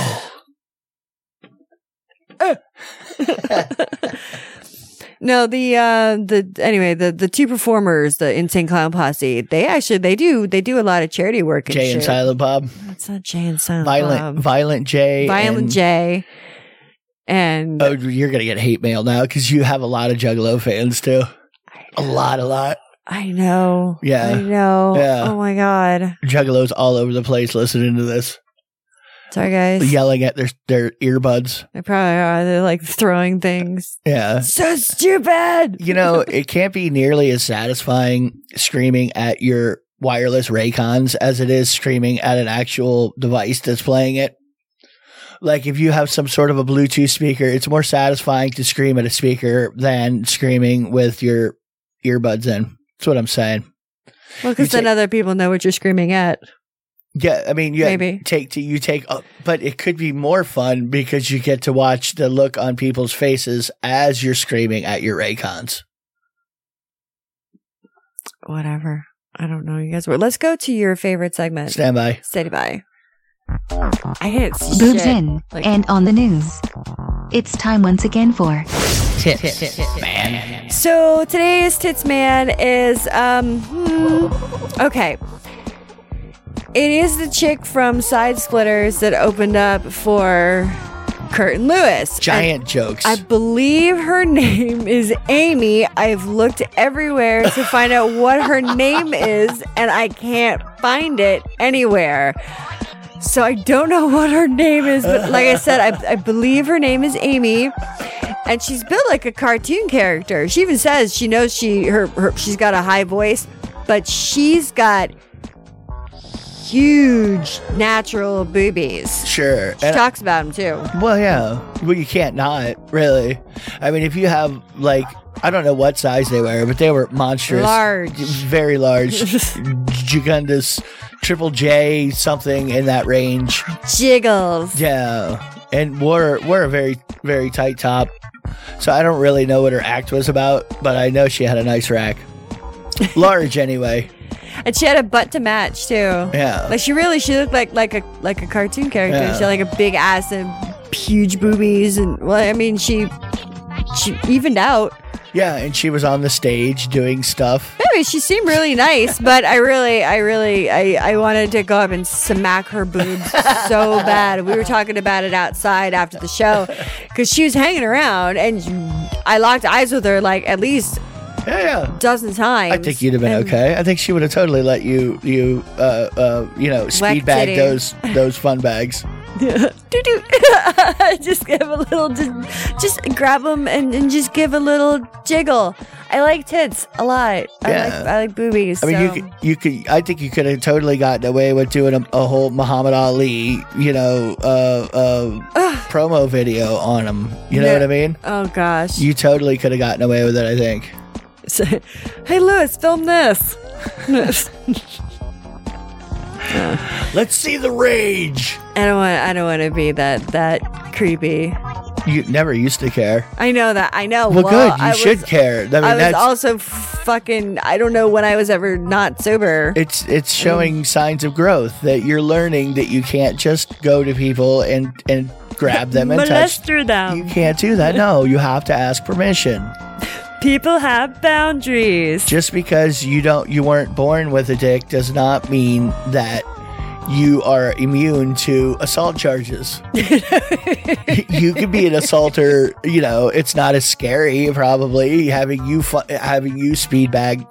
[SPEAKER 2] no the uh the anyway the the two performers, the Insane Clown Posse. They actually they do they do a lot of charity work. And
[SPEAKER 1] Jay and
[SPEAKER 2] shit.
[SPEAKER 1] Silent Bob.
[SPEAKER 2] It's not Jay and Silent.
[SPEAKER 1] Violent,
[SPEAKER 2] Bob.
[SPEAKER 1] Violent Jay.
[SPEAKER 2] Violent
[SPEAKER 1] and-
[SPEAKER 2] J. And
[SPEAKER 1] Oh, you're gonna get hate mail now because you have a lot of Juggalo fans too. A lot, a lot.
[SPEAKER 2] I know.
[SPEAKER 1] Yeah.
[SPEAKER 2] I know.
[SPEAKER 1] Yeah.
[SPEAKER 2] Oh my God.
[SPEAKER 1] Juggalos all over the place listening to this,
[SPEAKER 2] Sorry, guys.
[SPEAKER 1] yelling at their their earbuds.
[SPEAKER 2] They probably are. They're like throwing things.
[SPEAKER 1] Yeah.
[SPEAKER 2] So stupid.
[SPEAKER 1] You know, it can't be nearly as satisfying screaming at your wireless Raycons as it is screaming at an actual device that's playing it. Like if you have some sort of a Bluetooth speaker, it's more satisfying to scream at a speaker than screaming with your earbuds in. That's what I'm saying.
[SPEAKER 2] Well, because
[SPEAKER 1] You
[SPEAKER 2] then
[SPEAKER 1] take-
[SPEAKER 2] other people know what you're screaming at.
[SPEAKER 1] Yeah, I mean, yeah,
[SPEAKER 2] Maybe.
[SPEAKER 1] take to you take, uh, but it could be more fun because you get to watch the look on people's faces as you're screaming at your Raycons.
[SPEAKER 2] Whatever. I don't know. You guys were. Let's go to your favorite segment.
[SPEAKER 1] Stand by.
[SPEAKER 2] Steady by. I hate
[SPEAKER 4] Boobs
[SPEAKER 2] shit.
[SPEAKER 4] in
[SPEAKER 2] Like-
[SPEAKER 4] and on the news. It's time once again for
[SPEAKER 2] So today's tits man is um hmm, okay. It is the chick from Side Splitters that opened up for Kurt and Lewis.
[SPEAKER 1] Giant jokes.
[SPEAKER 2] I believe her name is Amy. I've looked everywhere to find out what her name is, and I can't find it anywhere. So I don't know what her name is, but like I said, I, I believe her name is Amy, and she's built like a cartoon character. She even says she knows she her, her she's got a high voice, but she's got huge natural boobies.
[SPEAKER 1] sure.
[SPEAKER 2] She
[SPEAKER 1] And-
[SPEAKER 2] talks about them too.
[SPEAKER 1] well, yeah. Well, you can't not really. I mean, if you have like, I don't know what size they were, but they were monstrous,
[SPEAKER 2] Large.
[SPEAKER 1] very large, gigundous, triple J, something in that range.
[SPEAKER 2] Jiggles.
[SPEAKER 1] Yeah, and wore wore a very very tight top. So I don't really know what her act was about, but I know she had a nice rack, large anyway.
[SPEAKER 2] And she had a butt to match too.
[SPEAKER 1] Yeah.
[SPEAKER 2] Like she really she looked like like a like a cartoon character.
[SPEAKER 1] Yeah.
[SPEAKER 2] She had like a big ass and huge boobies and well I mean she she evened out.
[SPEAKER 1] Yeah, and she was on the stage doing stuff.
[SPEAKER 2] Anyway, she seemed really nice, but I really I really I, I wanted to go up and smack her boobs so bad. We were talking about it outside after the show cuz she was hanging around and I locked eyes with her like at least
[SPEAKER 1] Yeah, yeah.
[SPEAKER 2] a dozen times.
[SPEAKER 1] I think you'd have been
[SPEAKER 2] And-
[SPEAKER 1] okay. I think she would have totally let you you uh, uh you know
[SPEAKER 2] Whack
[SPEAKER 1] speed bag
[SPEAKER 2] titty.
[SPEAKER 1] those those fun bags.
[SPEAKER 2] Doo doo. just give a little, just, just grab them and, and just give a little jiggle. I like tits a lot. I
[SPEAKER 1] Yeah.
[SPEAKER 2] like I like boobies.
[SPEAKER 1] I mean,
[SPEAKER 2] so-
[SPEAKER 1] you could, you could. I think you could have totally gotten away with doing a, a whole Muhammad Ali, you know, uh, uh, promo video on him. You know
[SPEAKER 2] Yeah.
[SPEAKER 1] what I mean?
[SPEAKER 2] oh gosh.
[SPEAKER 1] You totally could have gotten away with it. I think.
[SPEAKER 2] hey Lewis, film this.
[SPEAKER 1] Let's see the rage.
[SPEAKER 2] I don't want. I don't want to be that that creepy.
[SPEAKER 1] You never used to care.
[SPEAKER 2] I know that. I know.
[SPEAKER 1] Well, good. You
[SPEAKER 2] I was-
[SPEAKER 1] should care. I mean,
[SPEAKER 2] I was
[SPEAKER 1] that's
[SPEAKER 2] also fucking. I don't know when I was ever not sober.
[SPEAKER 1] it's it's showing signs of growth that you're learning that you can't just go to people and and grab them and touch.
[SPEAKER 2] Molester them.
[SPEAKER 1] You can't do that. No, you have to ask permission.
[SPEAKER 2] People have boundaries.
[SPEAKER 1] Just because you don't you weren't born with a dick does not mean that you are immune to assault charges. you could be an assaulter, you know, it's not as scary probably having you fu- having you speed bag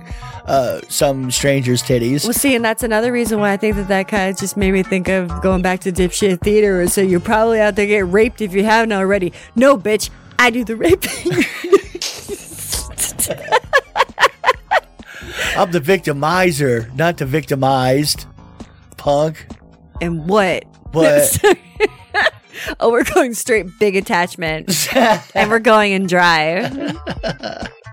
[SPEAKER 1] uh, some stranger's titties.
[SPEAKER 2] Well, see, and that's another reason why I think that that kind of just made me think of going back to dipshit theater. So you're probably out there getting raped if you haven't already. No, bitch, I do the raping.
[SPEAKER 1] I'm the victimizer, not the victimized. Punk.
[SPEAKER 2] and what?
[SPEAKER 1] What?
[SPEAKER 2] oh, we're going straight big attachment, and we're going in drive.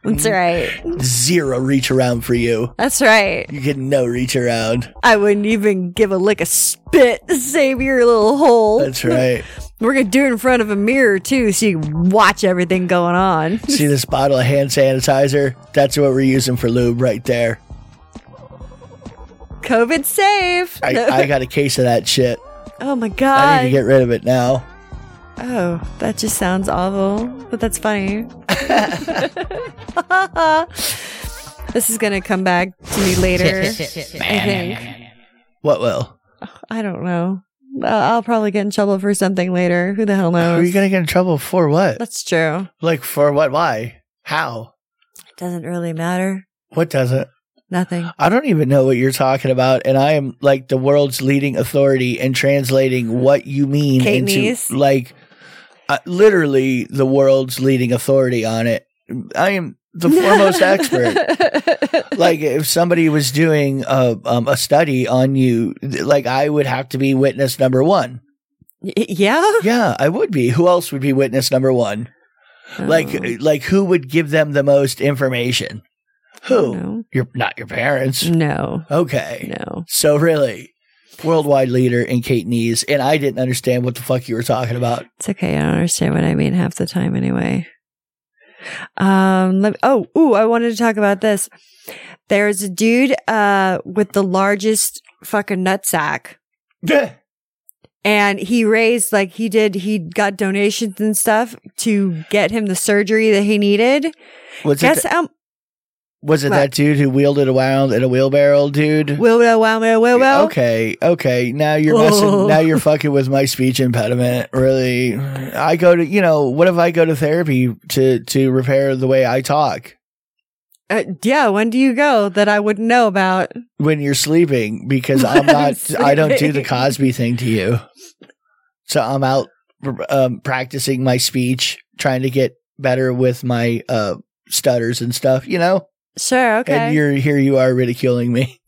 [SPEAKER 2] That's right.
[SPEAKER 1] Zero reach around for you.
[SPEAKER 2] That's right.
[SPEAKER 1] You get no reach around.
[SPEAKER 2] I wouldn't even give a lick of spit to save your little hole.
[SPEAKER 1] That's right.
[SPEAKER 2] We're gonna do it in front of a mirror too, so you can watch everything going on.
[SPEAKER 1] See this bottle of hand sanitizer? That's what we're using for lube right there.
[SPEAKER 2] COVID safe.
[SPEAKER 1] I, I got a case of that shit.
[SPEAKER 2] oh my
[SPEAKER 1] I need to
[SPEAKER 2] god.
[SPEAKER 1] get rid of it now.
[SPEAKER 2] oh, that just sounds awful, but that's funny. this is gonna come back to me later. I think.
[SPEAKER 1] What will?
[SPEAKER 2] I don't know. Uh, I'll probably get in trouble for something later. Who the hell
[SPEAKER 1] Are you
[SPEAKER 2] knows?
[SPEAKER 1] gonna get in trouble for what?
[SPEAKER 2] That's true.
[SPEAKER 1] Like for what? Why? How?
[SPEAKER 2] It doesn't really matter.
[SPEAKER 1] What does it?
[SPEAKER 2] Nothing.
[SPEAKER 1] I don't even know what you're talking about, and I am like the world's leading authority in translating what you mean
[SPEAKER 2] Kate
[SPEAKER 1] into
[SPEAKER 2] Neese?
[SPEAKER 1] like uh, literally the world's leading authority on it. I am the foremost expert. Like if somebody was doing a um, a study on you, th- like I would have to be witness number one.
[SPEAKER 2] Y- yeah.
[SPEAKER 1] Yeah, I would be. Who else would be witness number one? Like
[SPEAKER 2] Oh.
[SPEAKER 1] like who would give them the most information? uh, Who?
[SPEAKER 2] know.
[SPEAKER 1] Your not your parents.
[SPEAKER 2] Oh, No.
[SPEAKER 1] Okay.
[SPEAKER 2] No.
[SPEAKER 1] So really, worldwide leader in Kate Knees, and I didn't understand what the fuck you were talking about.
[SPEAKER 2] It's okay. I don't understand what I mean half the time anyway. Um, let oh, ooh, I wanted to talk about this. There's a dude, uh, with the largest fucking nutsack and he raised, like he did, he got donations and stuff to get him the surgery that he needed.
[SPEAKER 1] Was it
[SPEAKER 2] Guess
[SPEAKER 1] th-
[SPEAKER 2] how,
[SPEAKER 1] was it
[SPEAKER 2] what?
[SPEAKER 1] that dude who wheeled it around in a wheelbarrow, dude?
[SPEAKER 2] will, will, will, will, will, will.
[SPEAKER 1] Okay, okay. Now you're
[SPEAKER 2] Whoa.
[SPEAKER 1] messing. Now you're fucking with my speech impediment. Really, I go to you know what if I go to therapy to to repair the way I talk
[SPEAKER 2] Uh, yeah. When do you go that I wouldn't know about?
[SPEAKER 1] when you're sleeping because I'm
[SPEAKER 2] I'm
[SPEAKER 1] not. I don't do the
[SPEAKER 2] sleeping.
[SPEAKER 1] Cosby thing to you. So I'm out um, practicing my speech, trying to get better with my uh, stutters and stuff. You know,
[SPEAKER 2] Sure. Okay.
[SPEAKER 1] and you're here. You are ridiculing me.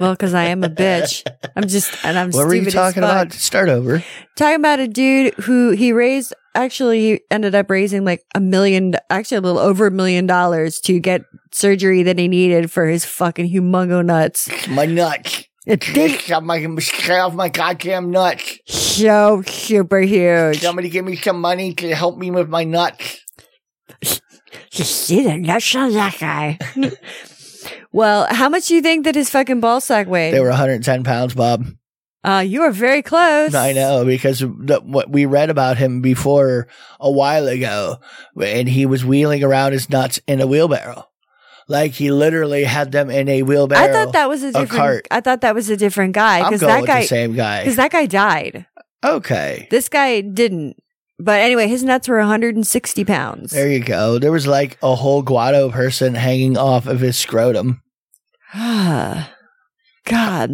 [SPEAKER 2] well, cause I am a bitch. I'm just, and I'm
[SPEAKER 1] what were
[SPEAKER 2] stupid
[SPEAKER 1] you
[SPEAKER 2] as
[SPEAKER 1] talking
[SPEAKER 2] fuck.
[SPEAKER 1] about? Start over.
[SPEAKER 2] talking about a dude who he raised actually he ended up raising like a million actually a little over a million dollars to get surgery that he needed for his fucking humongo nuts
[SPEAKER 1] My nuts. my, off my goddamn nuts.
[SPEAKER 2] so super huge
[SPEAKER 1] Somebody give me some money to help me with my nuts.
[SPEAKER 2] you see the nuts on that guy well how much do you think that his fucking ball sack weighed
[SPEAKER 1] They were 110 pounds, Bob.
[SPEAKER 2] uh you are very close
[SPEAKER 1] I know because the, what we read about him before a while ago, and he was wheeling around his nuts in a wheelbarrow, like he literally had them in a wheelbarrow.
[SPEAKER 2] i thought that was a different
[SPEAKER 1] cart.
[SPEAKER 2] i thought that was a different guy
[SPEAKER 1] I'm
[SPEAKER 2] because
[SPEAKER 1] going
[SPEAKER 2] that
[SPEAKER 1] with
[SPEAKER 2] guy
[SPEAKER 1] the same guy.
[SPEAKER 2] because that guy died
[SPEAKER 1] okay,
[SPEAKER 2] This guy didn't. But anyway, his nuts were 160 pounds.
[SPEAKER 1] there you go. There was like a whole guado person hanging off of his scrotum.
[SPEAKER 2] God.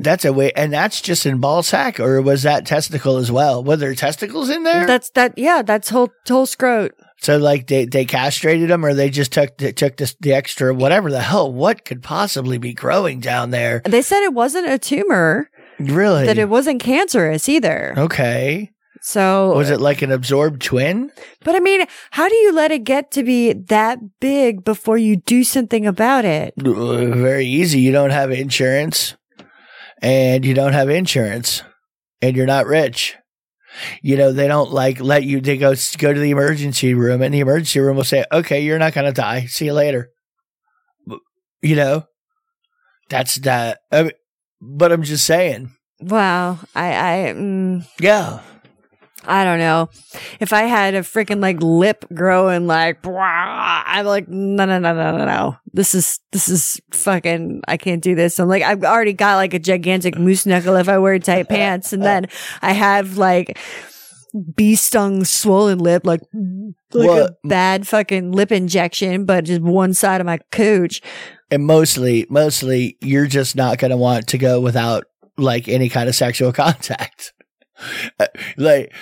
[SPEAKER 1] That's a way, and that's just in ball sack, or was that testicle as well? Were there testicles in there?
[SPEAKER 2] That's that. Yeah, that's whole whole scrote.
[SPEAKER 1] so like they, they castrated him, or they just took they took this, the extra whatever the hell what could possibly be growing down there?
[SPEAKER 2] They said it wasn't a tumor,
[SPEAKER 1] Really?
[SPEAKER 2] that it wasn't cancerous either.
[SPEAKER 1] okay.
[SPEAKER 2] So
[SPEAKER 1] Oh. Was it like an absorbed twin?
[SPEAKER 2] But I mean, how do you let it get to be that big before you do something about it?
[SPEAKER 1] Uh, Very easy. You don't have insurance, and you don't have insurance, and you're not rich. You know they don't like let you. They go go to the emergency room, and the emergency room will say, "Okay, you're not going to die. See you later." But, You know, that's that. I mean, but I'm just saying,
[SPEAKER 2] Wow, I I mm,
[SPEAKER 1] yeah.
[SPEAKER 2] I don't know. If I had a freaking like lip growing like, "Bwah," I'm like, no, no, no, no, no, no. This is, this is fucking, I can't do this. I'm like, I've already got like a gigantic moose knuckle if I wear tight pants. And then I have like, bee stung swollen lip, like, like
[SPEAKER 1] Well-
[SPEAKER 2] a bad fucking lip injection, but just one side of my cooch.
[SPEAKER 1] and mostly mostly you're just not going to want to go without like any kind of sexual contact Uh, like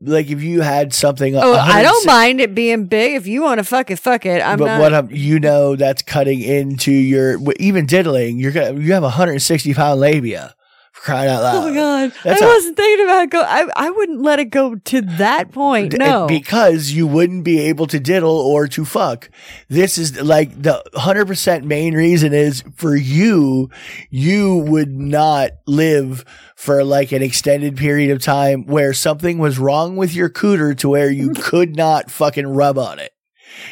[SPEAKER 1] like if you had something
[SPEAKER 2] Oh, I don't
[SPEAKER 1] 100%
[SPEAKER 2] mind it being big. If you want to fuck it, fuck it. I'm
[SPEAKER 1] but
[SPEAKER 2] not.
[SPEAKER 1] what I'm, you know that's cutting into your w- even diddling you're gonna you have a 160 pound labia for crying out loud
[SPEAKER 2] oh my god,
[SPEAKER 1] Uh, That's
[SPEAKER 2] I
[SPEAKER 1] a-
[SPEAKER 2] wasn't thinking about go. I I wouldn't let it go to that point.
[SPEAKER 1] D-
[SPEAKER 2] No,
[SPEAKER 1] eh, because you wouldn't be able to diddle or to fuck. This is like the 100% main reason is for you, you would not live for like an extended period of time where something was wrong with your cooter to where you could not fucking rub on it.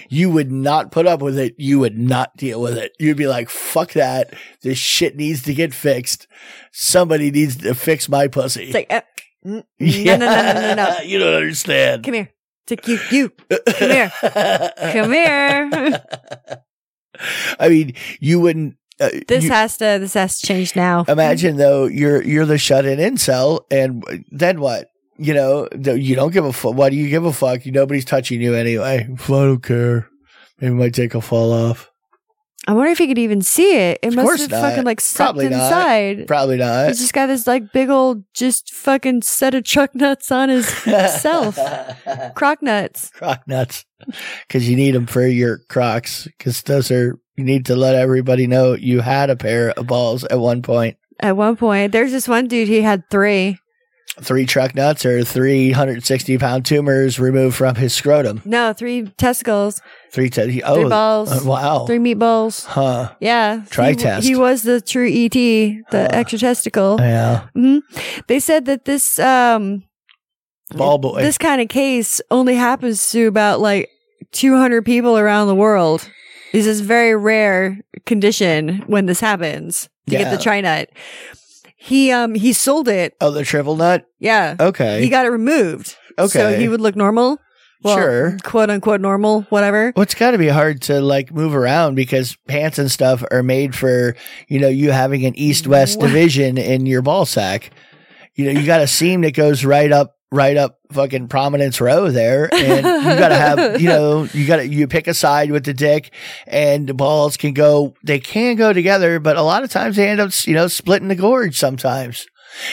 [SPEAKER 1] You would not put up with it. You would not deal with it. You'd be like, fuck that. This shit needs to get fixed. Somebody needs to fix my pussy.
[SPEAKER 2] it's like uh, mm, no, no, no, no, no, no.
[SPEAKER 1] you don't understand.
[SPEAKER 2] Come here, take you, you. Come here, come here.
[SPEAKER 1] I mean, you wouldn't. Uh,
[SPEAKER 2] This
[SPEAKER 1] you- Um,
[SPEAKER 2] has to. This has to change now.
[SPEAKER 1] imagine though, you're you're the shut-in incel, and then what? You know, th- you don't give a fuck. Why do you give a fuck? Nobody's touching you anyway. I don't care. Maybe my dick will fall off.
[SPEAKER 2] I wonder if you could even see it. It
[SPEAKER 1] Of
[SPEAKER 2] must
[SPEAKER 1] course
[SPEAKER 2] have
[SPEAKER 1] not.
[SPEAKER 2] fucking like sucked
[SPEAKER 1] Probably not. uh,
[SPEAKER 2] inside.
[SPEAKER 1] Probably not.
[SPEAKER 2] He's just got this like big old just fucking set of truck nuts on his self. Crock nuts.
[SPEAKER 1] Croc nuts, because you need them for your Crocs. Because those are you need to let everybody know you had a pair of balls at one point.
[SPEAKER 2] At one point, there's this one dude. He had three.
[SPEAKER 1] Three truck nuts or three hundred sixty pound tumors removed from his scrotum.
[SPEAKER 2] No, three testicles,
[SPEAKER 1] Three te- oh,
[SPEAKER 2] balls.
[SPEAKER 1] uh, wow.
[SPEAKER 2] three meatballs.
[SPEAKER 1] Huh.
[SPEAKER 2] Yeah,
[SPEAKER 1] Tri-test. Uh,
[SPEAKER 2] He, he was the true ET, the extra testicle.
[SPEAKER 1] Yeah.
[SPEAKER 2] Mhm. They said that this um
[SPEAKER 1] Ball boy.
[SPEAKER 2] this kind of case only happens to about like 200 people around the world. This is very rare condition when this happens to get the tri nut. He um he sold it.
[SPEAKER 1] oh, the triple nut.
[SPEAKER 2] Yeah,
[SPEAKER 1] Okay.
[SPEAKER 2] he got it removed. so
[SPEAKER 1] Okay.
[SPEAKER 2] he would look normal. Well,
[SPEAKER 1] Sure.
[SPEAKER 2] quote unquote normal, whatever.
[SPEAKER 1] well, it's got to be hard to like move around because pants and stuff are made for you know you having an east west
[SPEAKER 2] What?
[SPEAKER 1] division in your ball sack. You know you got a seam that goes right up, right up fucking prominence row there, and you got to have you know you got to you pick a side with the dick, and the balls can go they can go together, but a lot of times they end up you know splitting the gorge sometimes.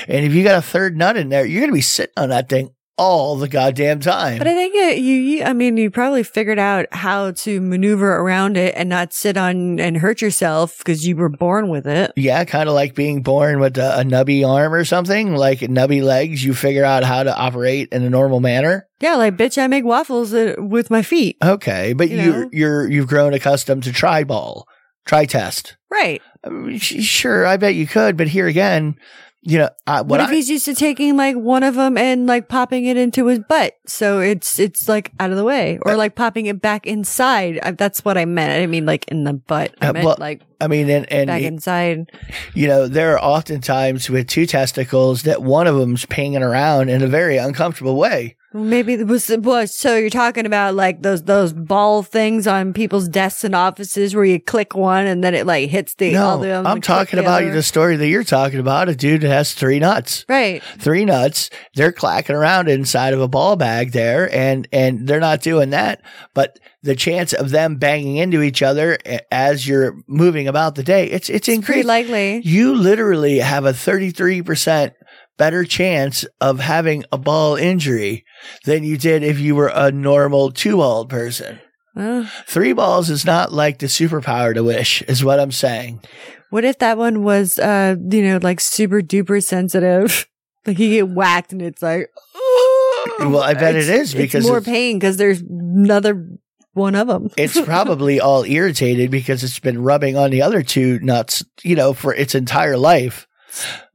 [SPEAKER 1] And if you got a third nut in there, you're gonna be sitting on that thing all the goddamn time.
[SPEAKER 2] But I think it, you, you, I mean, you probably figured out how to maneuver around it and not sit on and hurt yourself because you were born with it.
[SPEAKER 1] Yeah, kind of like being born with a, a nubby arm or something, like nubby legs. You figure out how to operate in a normal manner.
[SPEAKER 2] Yeah, like bitch, I make waffles uh, with my feet.
[SPEAKER 1] Okay, but
[SPEAKER 2] You
[SPEAKER 1] you
[SPEAKER 2] know?
[SPEAKER 1] you're, you're you've grown accustomed to try ball, try test.
[SPEAKER 2] Right.
[SPEAKER 1] I mean, sh- Sure, I bet you could, but here again, you know I,
[SPEAKER 2] What,
[SPEAKER 1] what,
[SPEAKER 2] if
[SPEAKER 1] I,
[SPEAKER 2] he's used to taking like one of them and like popping it into his butt, so it's it's like out of the way,
[SPEAKER 1] Uh,
[SPEAKER 2] or like popping it back inside. I, that's what I meant. I didn't mean like in the butt. I
[SPEAKER 1] Uh,
[SPEAKER 2] meant
[SPEAKER 1] well,
[SPEAKER 2] like
[SPEAKER 1] I mean, and and
[SPEAKER 2] back inside.
[SPEAKER 1] you know there are often times with two testicles that one of them's pinging around in a very uncomfortable way.
[SPEAKER 2] Maybe it was well, so you're talking about like those those ball things on people's desks and offices where you click one and then it like hits the all
[SPEAKER 1] No,
[SPEAKER 2] the other-
[SPEAKER 1] I'm
[SPEAKER 2] click
[SPEAKER 1] talking
[SPEAKER 2] the
[SPEAKER 1] about
[SPEAKER 2] other.
[SPEAKER 1] the story that you're talking about. A dude that has three nuts.
[SPEAKER 2] right.
[SPEAKER 1] three nuts they're clacking around inside of a ball bag there and and they're not doing that but the chance of them banging into each other a- as you're moving about the day it's it's,
[SPEAKER 2] Pretty
[SPEAKER 1] increased
[SPEAKER 2] likely.
[SPEAKER 1] you literally have a 33% better chance of having a ball injury than you did if you were a normal two-balled person
[SPEAKER 2] Uh,
[SPEAKER 1] three balls is not like the superpower to wish is what i'm saying
[SPEAKER 2] What if that one was, uh, you know, like super duper sensitive? like you get whacked and it's like,
[SPEAKER 1] well i bet it is because
[SPEAKER 2] Oh, it's more
[SPEAKER 1] it's-
[SPEAKER 2] pain because there's another one of them.
[SPEAKER 1] it's probably all irritated because it's been rubbing on the other two nuts, you know, for its entire life.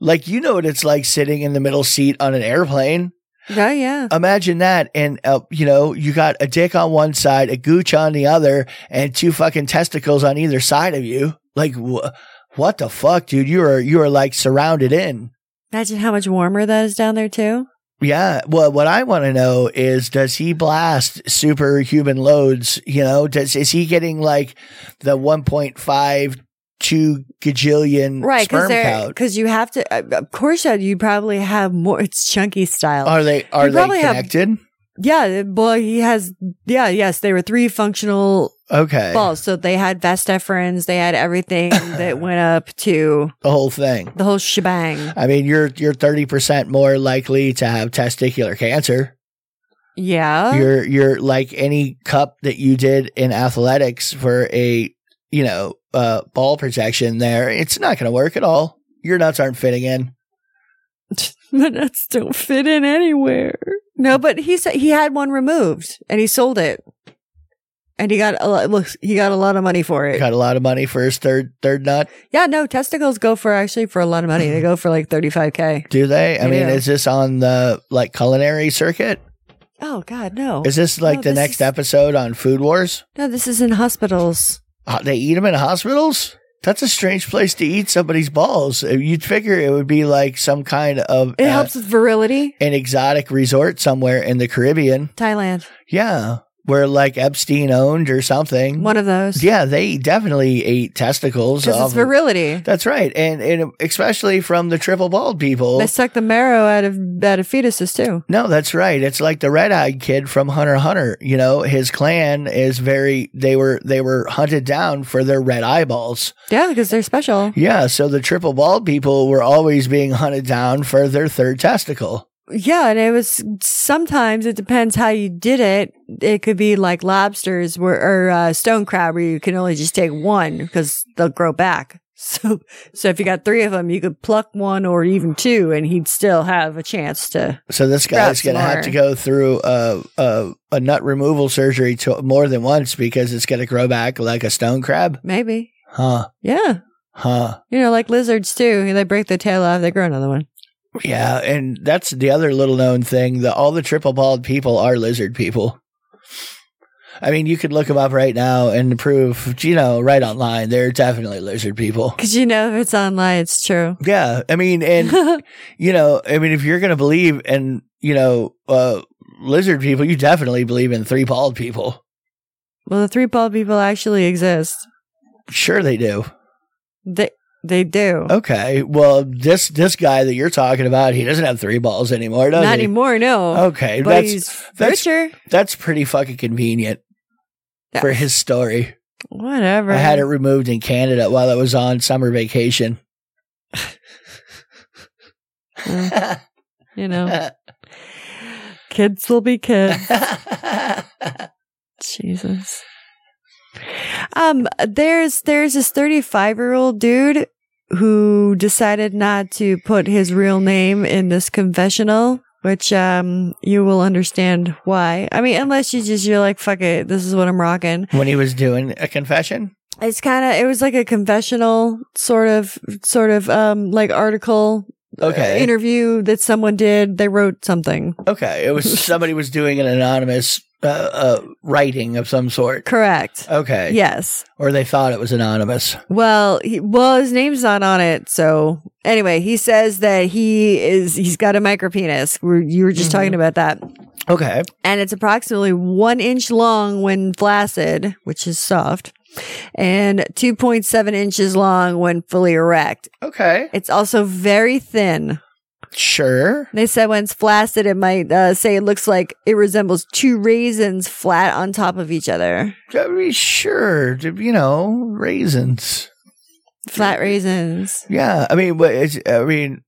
[SPEAKER 1] Like, you know what it's like sitting in the middle seat on an airplane?
[SPEAKER 2] yeah, yeah.
[SPEAKER 1] Imagine that. And, uh, you know, you got a dick on one side, a gooch on the other, and two fucking testicles on either side of you. Like, wh- what the fuck, dude? You are, you are like surrounded in.
[SPEAKER 2] Imagine how much warmer that is down there too.
[SPEAKER 1] Yeah. Well, what I want to know is, does he blast superhuman loads? You know, does is he getting like the 1.5 two gajillion
[SPEAKER 2] right
[SPEAKER 1] sperm count.
[SPEAKER 2] because you have to uh, of course you you probably have more it's chunky style
[SPEAKER 1] Are they are
[SPEAKER 2] You
[SPEAKER 1] they
[SPEAKER 2] probably have-
[SPEAKER 1] connected?
[SPEAKER 2] yeah well he has yeah yes they were three functional
[SPEAKER 1] okay,
[SPEAKER 2] balls so they had vestiferins they had everything that went up to
[SPEAKER 1] the whole thing.
[SPEAKER 2] the whole shebang
[SPEAKER 1] I mean, you're you're thirty percent more likely to have testicular cancer.
[SPEAKER 2] yeah
[SPEAKER 1] you're you're like any cup that you did in athletics for a you know uh, ball protection. There, it's not going to work at all. Your nuts aren't fitting in.
[SPEAKER 2] the nuts don't fit in anywhere. No, but he said he had one removed and he sold it, and he got a lot. Look, he got a lot of money for it.
[SPEAKER 1] Got a lot of money for his third third nut.
[SPEAKER 2] Yeah, no, testicles go for actually for a lot of money. They go for like thirty five k.
[SPEAKER 1] Do they? I
[SPEAKER 2] They
[SPEAKER 1] mean,
[SPEAKER 2] do.
[SPEAKER 1] is this on the like culinary circuit?
[SPEAKER 2] Oh God, no.
[SPEAKER 1] Is this like
[SPEAKER 2] No,
[SPEAKER 1] the
[SPEAKER 2] this
[SPEAKER 1] next
[SPEAKER 2] is-
[SPEAKER 1] episode on Food Wars?
[SPEAKER 2] No, this is in hospitals.
[SPEAKER 1] Uh, they eat them in hospitals. That's a strange place to eat somebody's balls. Uh, You'd figure it would be like some kind of
[SPEAKER 2] It
[SPEAKER 1] uh,
[SPEAKER 2] helps with virility.
[SPEAKER 1] an exotic resort somewhere in the Caribbean.
[SPEAKER 2] Thailand,
[SPEAKER 1] Yeah, where like Epstein owned or something.
[SPEAKER 2] one of those.
[SPEAKER 1] yeah, they definitely ate testicles.
[SPEAKER 2] because
[SPEAKER 1] off-
[SPEAKER 2] it's virility.
[SPEAKER 1] That's right, and and especially from the triple bald people.
[SPEAKER 2] They suck the marrow out of out of fetuses too.
[SPEAKER 1] no, that's right. It's like the red eyed kid from Hunter x Hunter. You know, his clan is very. They were they were hunted down for their red eyeballs.
[SPEAKER 2] Yeah, because they're special.
[SPEAKER 1] Yeah, so the triple bald people were always being hunted down for their third testicle.
[SPEAKER 2] Yeah, and it was sometimes it depends how you did it. It could be like lobsters where, or uh, stone crab where you can only just take one because they'll grow back. So, so if you got three of them, you could pluck one or even two, and he'd still have a chance to.
[SPEAKER 1] So this guy's
[SPEAKER 2] That's
[SPEAKER 1] going to have
[SPEAKER 2] more.
[SPEAKER 1] to go through a, a a nut removal surgery to, more than once because it's going to grow back like a stone crab.
[SPEAKER 2] Maybe,
[SPEAKER 1] Huh.
[SPEAKER 2] yeah,
[SPEAKER 1] Huh.
[SPEAKER 2] you know, like lizards too. They break the tail off, they grow another one.
[SPEAKER 1] Yeah, and that's the other little known thing that all the triple bald people are lizard people. I mean, you could look them up right now and prove, you know, right online, they're definitely lizard people.
[SPEAKER 2] Because you know, if it's online, it's true.
[SPEAKER 1] Yeah, I mean, and you know, I mean, if you're going to believe in, you know, uh, lizard people, you definitely believe in three bald people.
[SPEAKER 2] well, the three bald people actually exist.
[SPEAKER 1] Sure, they do.
[SPEAKER 2] They they do.
[SPEAKER 1] Oh, Okay, well, this this guy that you're talking about, he doesn't have three balls anymore, does
[SPEAKER 2] Not
[SPEAKER 1] he?
[SPEAKER 2] anymore, no.
[SPEAKER 1] Okay,
[SPEAKER 2] but
[SPEAKER 1] Oh, that's
[SPEAKER 2] he's
[SPEAKER 1] that's-
[SPEAKER 2] richer.
[SPEAKER 1] that's pretty fucking convenient
[SPEAKER 2] Yeah.
[SPEAKER 1] for his story.
[SPEAKER 2] Whatever.
[SPEAKER 1] I had it removed in Canada while I was on summer vacation.
[SPEAKER 2] you know, kids will be kids. Jesus. Um, there's there's this 35 year old dude who decided not to put his real name in this confessional, which um you will understand why. I mean, unless you just you're like, fuck it, this is what I'm rocking.
[SPEAKER 1] when he was doing a confession.
[SPEAKER 2] It's kind of it was like a confessional sort of sort of um like article
[SPEAKER 1] Okay.
[SPEAKER 2] interview that someone did. They wrote something.
[SPEAKER 1] Okay, it was somebody was doing an anonymous uh, uh, writing of some sort.
[SPEAKER 2] Correct.
[SPEAKER 1] Okay,
[SPEAKER 2] Yes.
[SPEAKER 1] or they thought it was anonymous.
[SPEAKER 2] Well, he, well, his name's not on it. So anyway, he says that he is he's got a micropenis. We're, you were just talking about that,
[SPEAKER 1] Okay,
[SPEAKER 2] and it's approximately one inch long when flaccid, which is soft, and two point seven inches long when fully erect.
[SPEAKER 1] okay,
[SPEAKER 2] It's also very thin.
[SPEAKER 1] sure.
[SPEAKER 2] They said when it's flaccid, it might uh, say it looks like it resembles two raisins flat on top of each other.
[SPEAKER 1] I mean, sure. You know, raisins.
[SPEAKER 2] Flat raisins,
[SPEAKER 1] Yeah, I mean, but it's, I mean,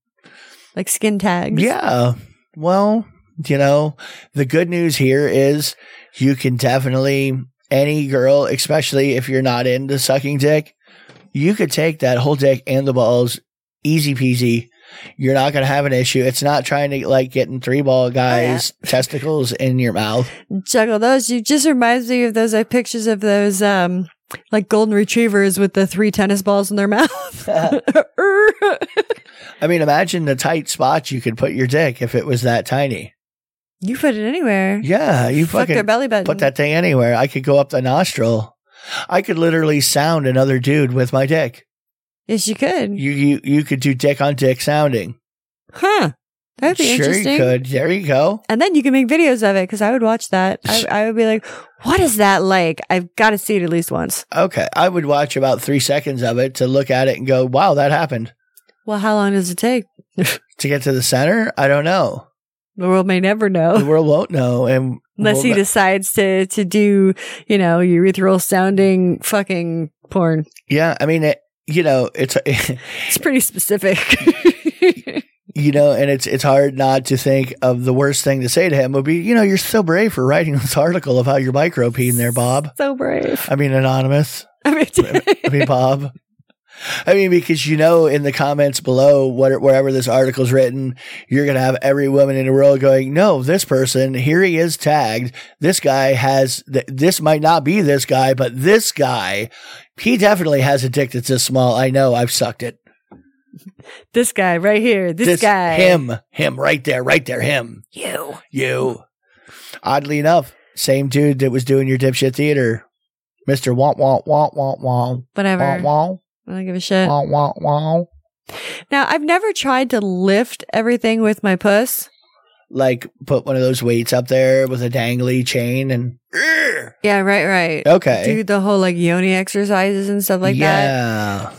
[SPEAKER 2] like skin tags.
[SPEAKER 1] Yeah. Well, you know, the good news here is you can definitely, any girl, especially if you're not into sucking dick, you could take that whole dick and the balls easy peasy. You're not going to have an issue. It's not trying to like getting three
[SPEAKER 2] Oh,
[SPEAKER 1] ball guys' testicles in your mouth.
[SPEAKER 2] juggle those. You just reminds me of those like pictures of those um like golden retrievers with the three tennis balls in their mouth.
[SPEAKER 1] I mean, imagine the tight spots you could put your dick if it was that tiny.
[SPEAKER 2] you put it anywhere.
[SPEAKER 1] Yeah. You
[SPEAKER 2] Fuck
[SPEAKER 1] fucking
[SPEAKER 2] their belly button.
[SPEAKER 1] put that thing anywhere. I could go up the nostril. I could literally sound another dude with my dick.
[SPEAKER 2] yes, you could.
[SPEAKER 1] You you you could do dick on dick sounding.
[SPEAKER 2] huh. That'd be
[SPEAKER 1] sure
[SPEAKER 2] interesting.
[SPEAKER 1] you could. There you go.
[SPEAKER 2] And then you can make videos of it because I would watch that. I, I would be like, what is that like? I've got to see it at least once.
[SPEAKER 1] Okay, I would watch about three seconds of it to look at it and go, "Wow, that happened."
[SPEAKER 2] Well, how long does it take?
[SPEAKER 1] To get to the center, I don't know.
[SPEAKER 2] The world may never
[SPEAKER 1] The
[SPEAKER 2] know.
[SPEAKER 1] world won't know, and
[SPEAKER 2] Unless he
[SPEAKER 1] we'll-
[SPEAKER 2] decides to, to do, you know, urethral sounding fucking porn.
[SPEAKER 1] Yeah, I mean, it, you know, it's
[SPEAKER 2] It's pretty specific.
[SPEAKER 1] you know, and it's it's hard not to think of the worst thing to say to him would be, you know, you're so brave for writing this article about your micro peen there, Bob.
[SPEAKER 2] so brave.
[SPEAKER 1] I mean, anonymous.
[SPEAKER 2] I mean,
[SPEAKER 1] I mean, Bob. I mean, because you know, in the comments below, what, wherever this article's written, you're going to have every woman in the world going, no, this person, here he is tagged. This guy has, th- this might not be this guy, but this guy, he definitely has a dick that's this small. I know I've sucked it.
[SPEAKER 2] this guy right here. This, guy.
[SPEAKER 1] Him. Him right there, right there. Him.
[SPEAKER 2] You.
[SPEAKER 1] You. Oddly enough, same dude that was doing your dipshit theater, Mr. Womp Womp Womp Womp Womp.
[SPEAKER 2] Whatever.
[SPEAKER 1] Womp Womp.
[SPEAKER 2] I don't give a shit.
[SPEAKER 1] Womp Womp Womp.
[SPEAKER 2] Now, I've never tried to lift everything with my puss.
[SPEAKER 1] like put one of those weights up there with a dangly chain and
[SPEAKER 2] Yeah, right, right.
[SPEAKER 1] okay
[SPEAKER 2] Do the whole like yoni exercises and stuff like that.
[SPEAKER 1] yeah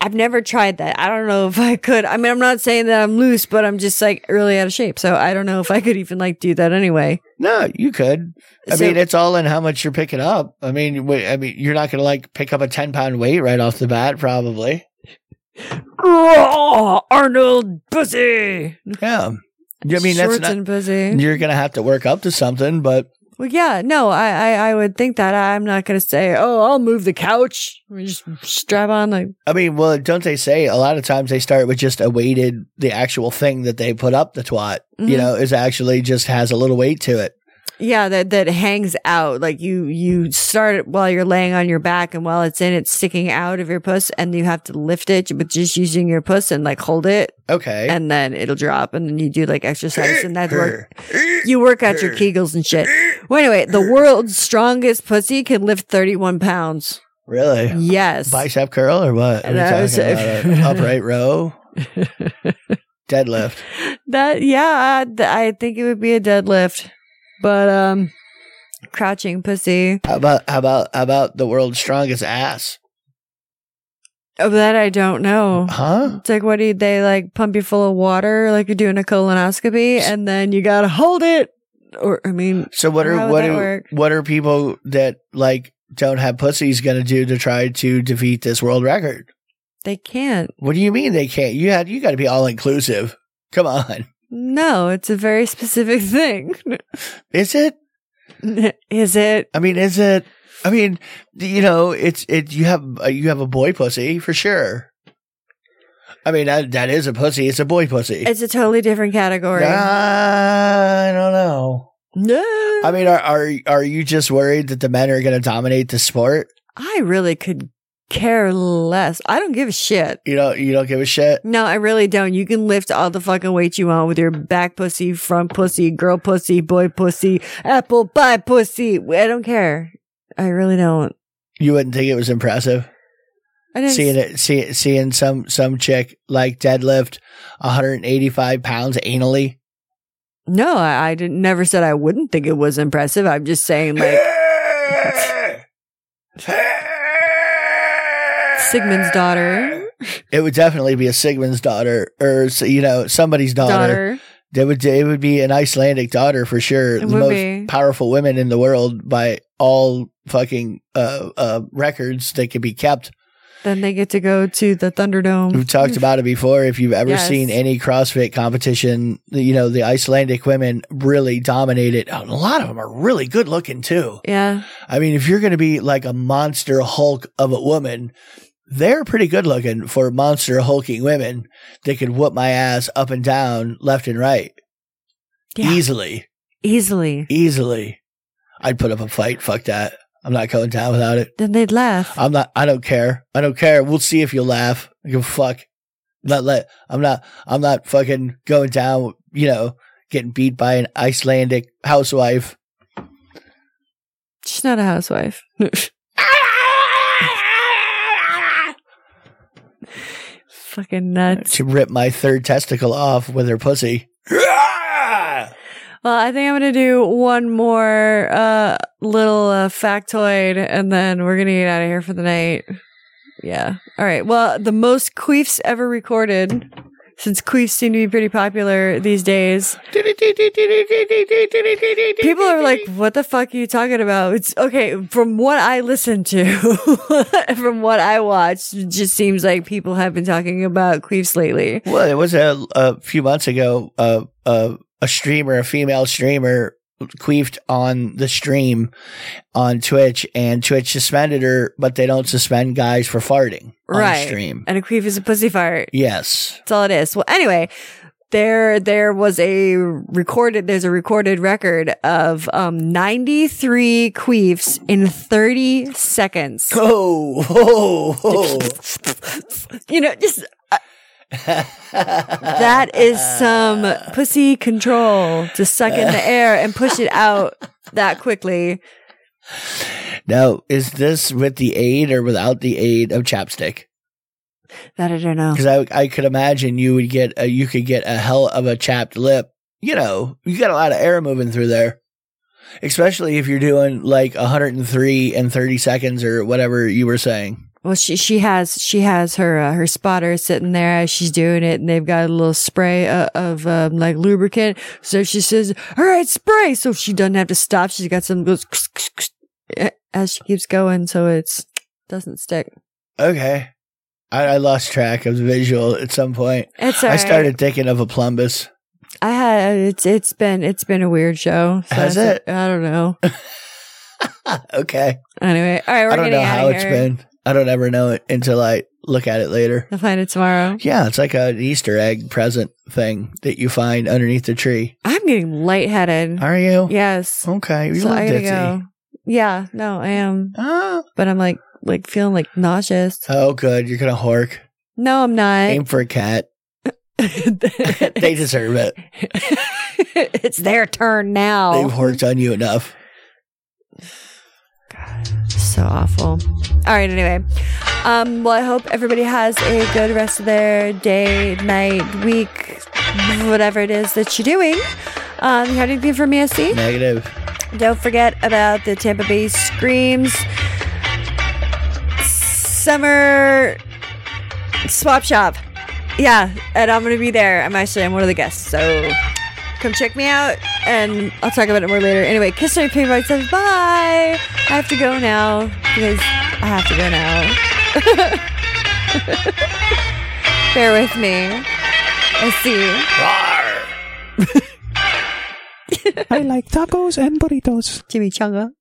[SPEAKER 2] I've never tried that. I don't know if I could. I mean, I'm not saying that I'm loose, but I'm just like really out of shape. So I don't know if I could even like do that anyway.
[SPEAKER 1] no you could i
[SPEAKER 2] So-
[SPEAKER 1] mean it's all in how much you're picking up i mean wait, i mean you're not gonna like pick up a 10 pound weight right off the bat probably
[SPEAKER 2] Oh, Arnold pussy.
[SPEAKER 1] yeah i mean
[SPEAKER 2] Shorts
[SPEAKER 1] that's not
[SPEAKER 2] and pussy.
[SPEAKER 1] you're gonna have to work up to something but
[SPEAKER 2] Well, yeah, no, I, I, I would think that I'm not going to say, oh, I'll move the couch. I mean, just strap on like,
[SPEAKER 1] i mean well don't they say a lot of times they start with just a weighted the actual thing that they put up the twat you
[SPEAKER 2] Mhm.
[SPEAKER 1] know is actually just has a little weight to it
[SPEAKER 2] yeah, that, that hangs out. Like you, you start it while you're laying on your back and while it's in, it's sticking out of your puss and you have to lift it, but just using your puss and like hold it
[SPEAKER 1] okay
[SPEAKER 2] and then it'll drop and then you do like exercise and that work. You work out your kegels and shit. Well, anyway, the world's strongest pussy can lift 31 pounds.
[SPEAKER 1] really
[SPEAKER 2] Yes.
[SPEAKER 1] Bicep curl or what? Are we
[SPEAKER 2] That was
[SPEAKER 1] talking about
[SPEAKER 2] it.
[SPEAKER 1] an upright row? Deadlift.
[SPEAKER 2] That yeah, I, th- I think it would be a deadlift, but um, crouching pussy.
[SPEAKER 1] How about how about how about the world's strongest ass?
[SPEAKER 2] Oh, that I don't know.
[SPEAKER 1] Huh?
[SPEAKER 2] It's like what do they like pump you full of water like you're doing a colonoscopy, and then you gotta hold it. Or I mean,
[SPEAKER 1] So what
[SPEAKER 2] How
[SPEAKER 1] are
[SPEAKER 2] would
[SPEAKER 1] what
[SPEAKER 2] that
[SPEAKER 1] are
[SPEAKER 2] work?
[SPEAKER 1] what are people that like don't have pussies gonna do to try to defeat this world record?
[SPEAKER 2] they can't.
[SPEAKER 1] What do you mean they can't? You had you gotta be all inclusive. Come on.
[SPEAKER 2] No, it's a very specific thing.
[SPEAKER 1] Is it?
[SPEAKER 2] Is it?
[SPEAKER 1] I mean, is it I mean, you know, it's it you have uh, you have a boy pussy for sure. I mean that that is a pussy, it's a boy pussy.
[SPEAKER 2] It's a totally different category.
[SPEAKER 1] I don't know.
[SPEAKER 2] No,
[SPEAKER 1] I mean, are are are you just worried that the men are going to dominate the sport?
[SPEAKER 2] I really could care less. I don't give a shit.
[SPEAKER 1] You don't you don't give a shit.
[SPEAKER 2] No, I really don't. You can lift all the fucking weight you want with your back pussy, front pussy, girl pussy, boy pussy, apple pie pussy. I don't care. I really don't.
[SPEAKER 1] You wouldn't think it was impressive
[SPEAKER 2] I didn't.
[SPEAKER 1] seeing it see, seeing some some chick like deadlift 185 pounds anally.
[SPEAKER 2] No, I, I didn't. Never said I wouldn't think it was impressive. I'm just saying, like Sigmund's daughter,
[SPEAKER 1] It would definitely be a Sigmund's daughter or s- you know somebody's daughter.
[SPEAKER 2] daughter.
[SPEAKER 1] That would it would be an Icelandic daughter for sure.
[SPEAKER 2] It
[SPEAKER 1] the
[SPEAKER 2] would
[SPEAKER 1] most
[SPEAKER 2] be.
[SPEAKER 1] powerful women in the world by all fucking uh, uh, records that could be kept.
[SPEAKER 2] Then they get to go to the Thunderdome.
[SPEAKER 1] We've talked about it before. If you've ever
[SPEAKER 2] Mm. Yes.
[SPEAKER 1] seen any CrossFit competition, you know, the Icelandic women really dominate it. And a lot of them are really good looking too.
[SPEAKER 2] Yeah,
[SPEAKER 1] I mean, if you're going to be like a monster hulk of a woman, they're pretty good looking for monster hulking women. They could whoop my ass up and down, left and right.
[SPEAKER 2] Yeah.
[SPEAKER 1] Easily.
[SPEAKER 2] easily.
[SPEAKER 1] Easily. I'd put up a fight. Fuck that. I'm not going down without it.
[SPEAKER 2] Then they'd laugh.
[SPEAKER 1] I'm not. I don't care. I don't care. We'll see if you laugh. I give a fuck. I'm not let. I'm not. I'm not fucking going down. You know, getting beat by an Icelandic housewife.
[SPEAKER 2] She's not a housewife. Fucking nuts.
[SPEAKER 1] She ripped my third testicle off with her pussy.
[SPEAKER 2] Well, I think I'm going to do one more uh, little uh, factoid and then we're going to get out of here for the night. Yeah. All right. Well, the most queefs ever recorded, since queefs seem to be pretty popular these days. People are like, what the fuck are you talking about? It's okay. From what I listened to, from what I watched, it just seems like people have been talking about queefs lately.
[SPEAKER 1] Well, it was a, a few months ago. Uh, uh, a streamer, a female streamer, queefed on the stream on Twitch, and Twitch suspended her, but they don't suspend guys for farting on
[SPEAKER 2] Right.
[SPEAKER 1] stream.
[SPEAKER 2] And a queef is a pussy fart.
[SPEAKER 1] Yes.
[SPEAKER 2] That's all it is. Well, anyway, there there was a recorded there's a recorded record of um 93 queefs in 30 seconds.
[SPEAKER 1] Oh, oh, oh.
[SPEAKER 2] You know, just uh, that is some pussy control to suck in the air and push it out that quickly.
[SPEAKER 1] Now, is this with the aid or without the aid of chapstick?
[SPEAKER 2] That I don't know.
[SPEAKER 1] Because I, I could imagine you would get a, you could get a hell of a chapped lip. You know, you got a lot of air moving through there, especially if you're doing like 103 and 30 seconds or whatever you were saying.
[SPEAKER 2] Well, she she has she has her uh, her spotter sitting there as she's doing it, and they've got a little spray uh, of um, like lubricant. So she says, "All right, spray." So she doesn't have to stop. She's got some goes eh, as she keeps going, so it's doesn't stick.
[SPEAKER 1] Okay, I, I lost track of the visual at some point.
[SPEAKER 2] It's all
[SPEAKER 1] I
[SPEAKER 2] right.
[SPEAKER 1] started thinking of a plumbus.
[SPEAKER 2] I had it's it's been it's been a weird show. So
[SPEAKER 1] Has
[SPEAKER 2] that's- I don't know.
[SPEAKER 1] Okay,
[SPEAKER 2] Anyway, all right, we're
[SPEAKER 1] I don't
[SPEAKER 2] getting
[SPEAKER 1] know
[SPEAKER 2] out
[SPEAKER 1] how
[SPEAKER 2] of
[SPEAKER 1] it's
[SPEAKER 2] here.
[SPEAKER 1] been. I don't ever know it until I look at it later.
[SPEAKER 2] I'll find it tomorrow.
[SPEAKER 1] Yeah, it's like an Easter egg present thing that you find underneath the tree.
[SPEAKER 2] I'm getting lightheaded.
[SPEAKER 1] Are you?
[SPEAKER 2] Yes.
[SPEAKER 1] Okay, Oh, you
[SPEAKER 2] so
[SPEAKER 1] look
[SPEAKER 2] I gotta
[SPEAKER 1] ditzy.
[SPEAKER 2] go. Yeah, no, I am.
[SPEAKER 1] Ah.
[SPEAKER 2] but I'm like like feeling like nauseous.
[SPEAKER 1] Oh, good. You're gonna hork.
[SPEAKER 2] No, I'm not.
[SPEAKER 1] Aim for a cat. They deserve it.
[SPEAKER 2] it's their turn
[SPEAKER 1] They've
[SPEAKER 2] now.
[SPEAKER 1] horked on you enough.
[SPEAKER 2] So awful. All right. Anyway, um, well, I hope everybody has a good rest of their day, night, week, whatever it is that you're doing. Um, you had anything for me, SC?
[SPEAKER 1] Negative.
[SPEAKER 2] Don't forget about the Tampa Bay Screams summer swap shop. Yeah, and I'm gonna be there. I'm actually I'm one of the guests, so come check me out, and I'll talk about it more later. Anyway, kiss my pink white stuff. Bye. I have to go now because I have to go now. Bear with me. I see.
[SPEAKER 10] I like tacos and burritos.
[SPEAKER 2] Jimmy Chunga.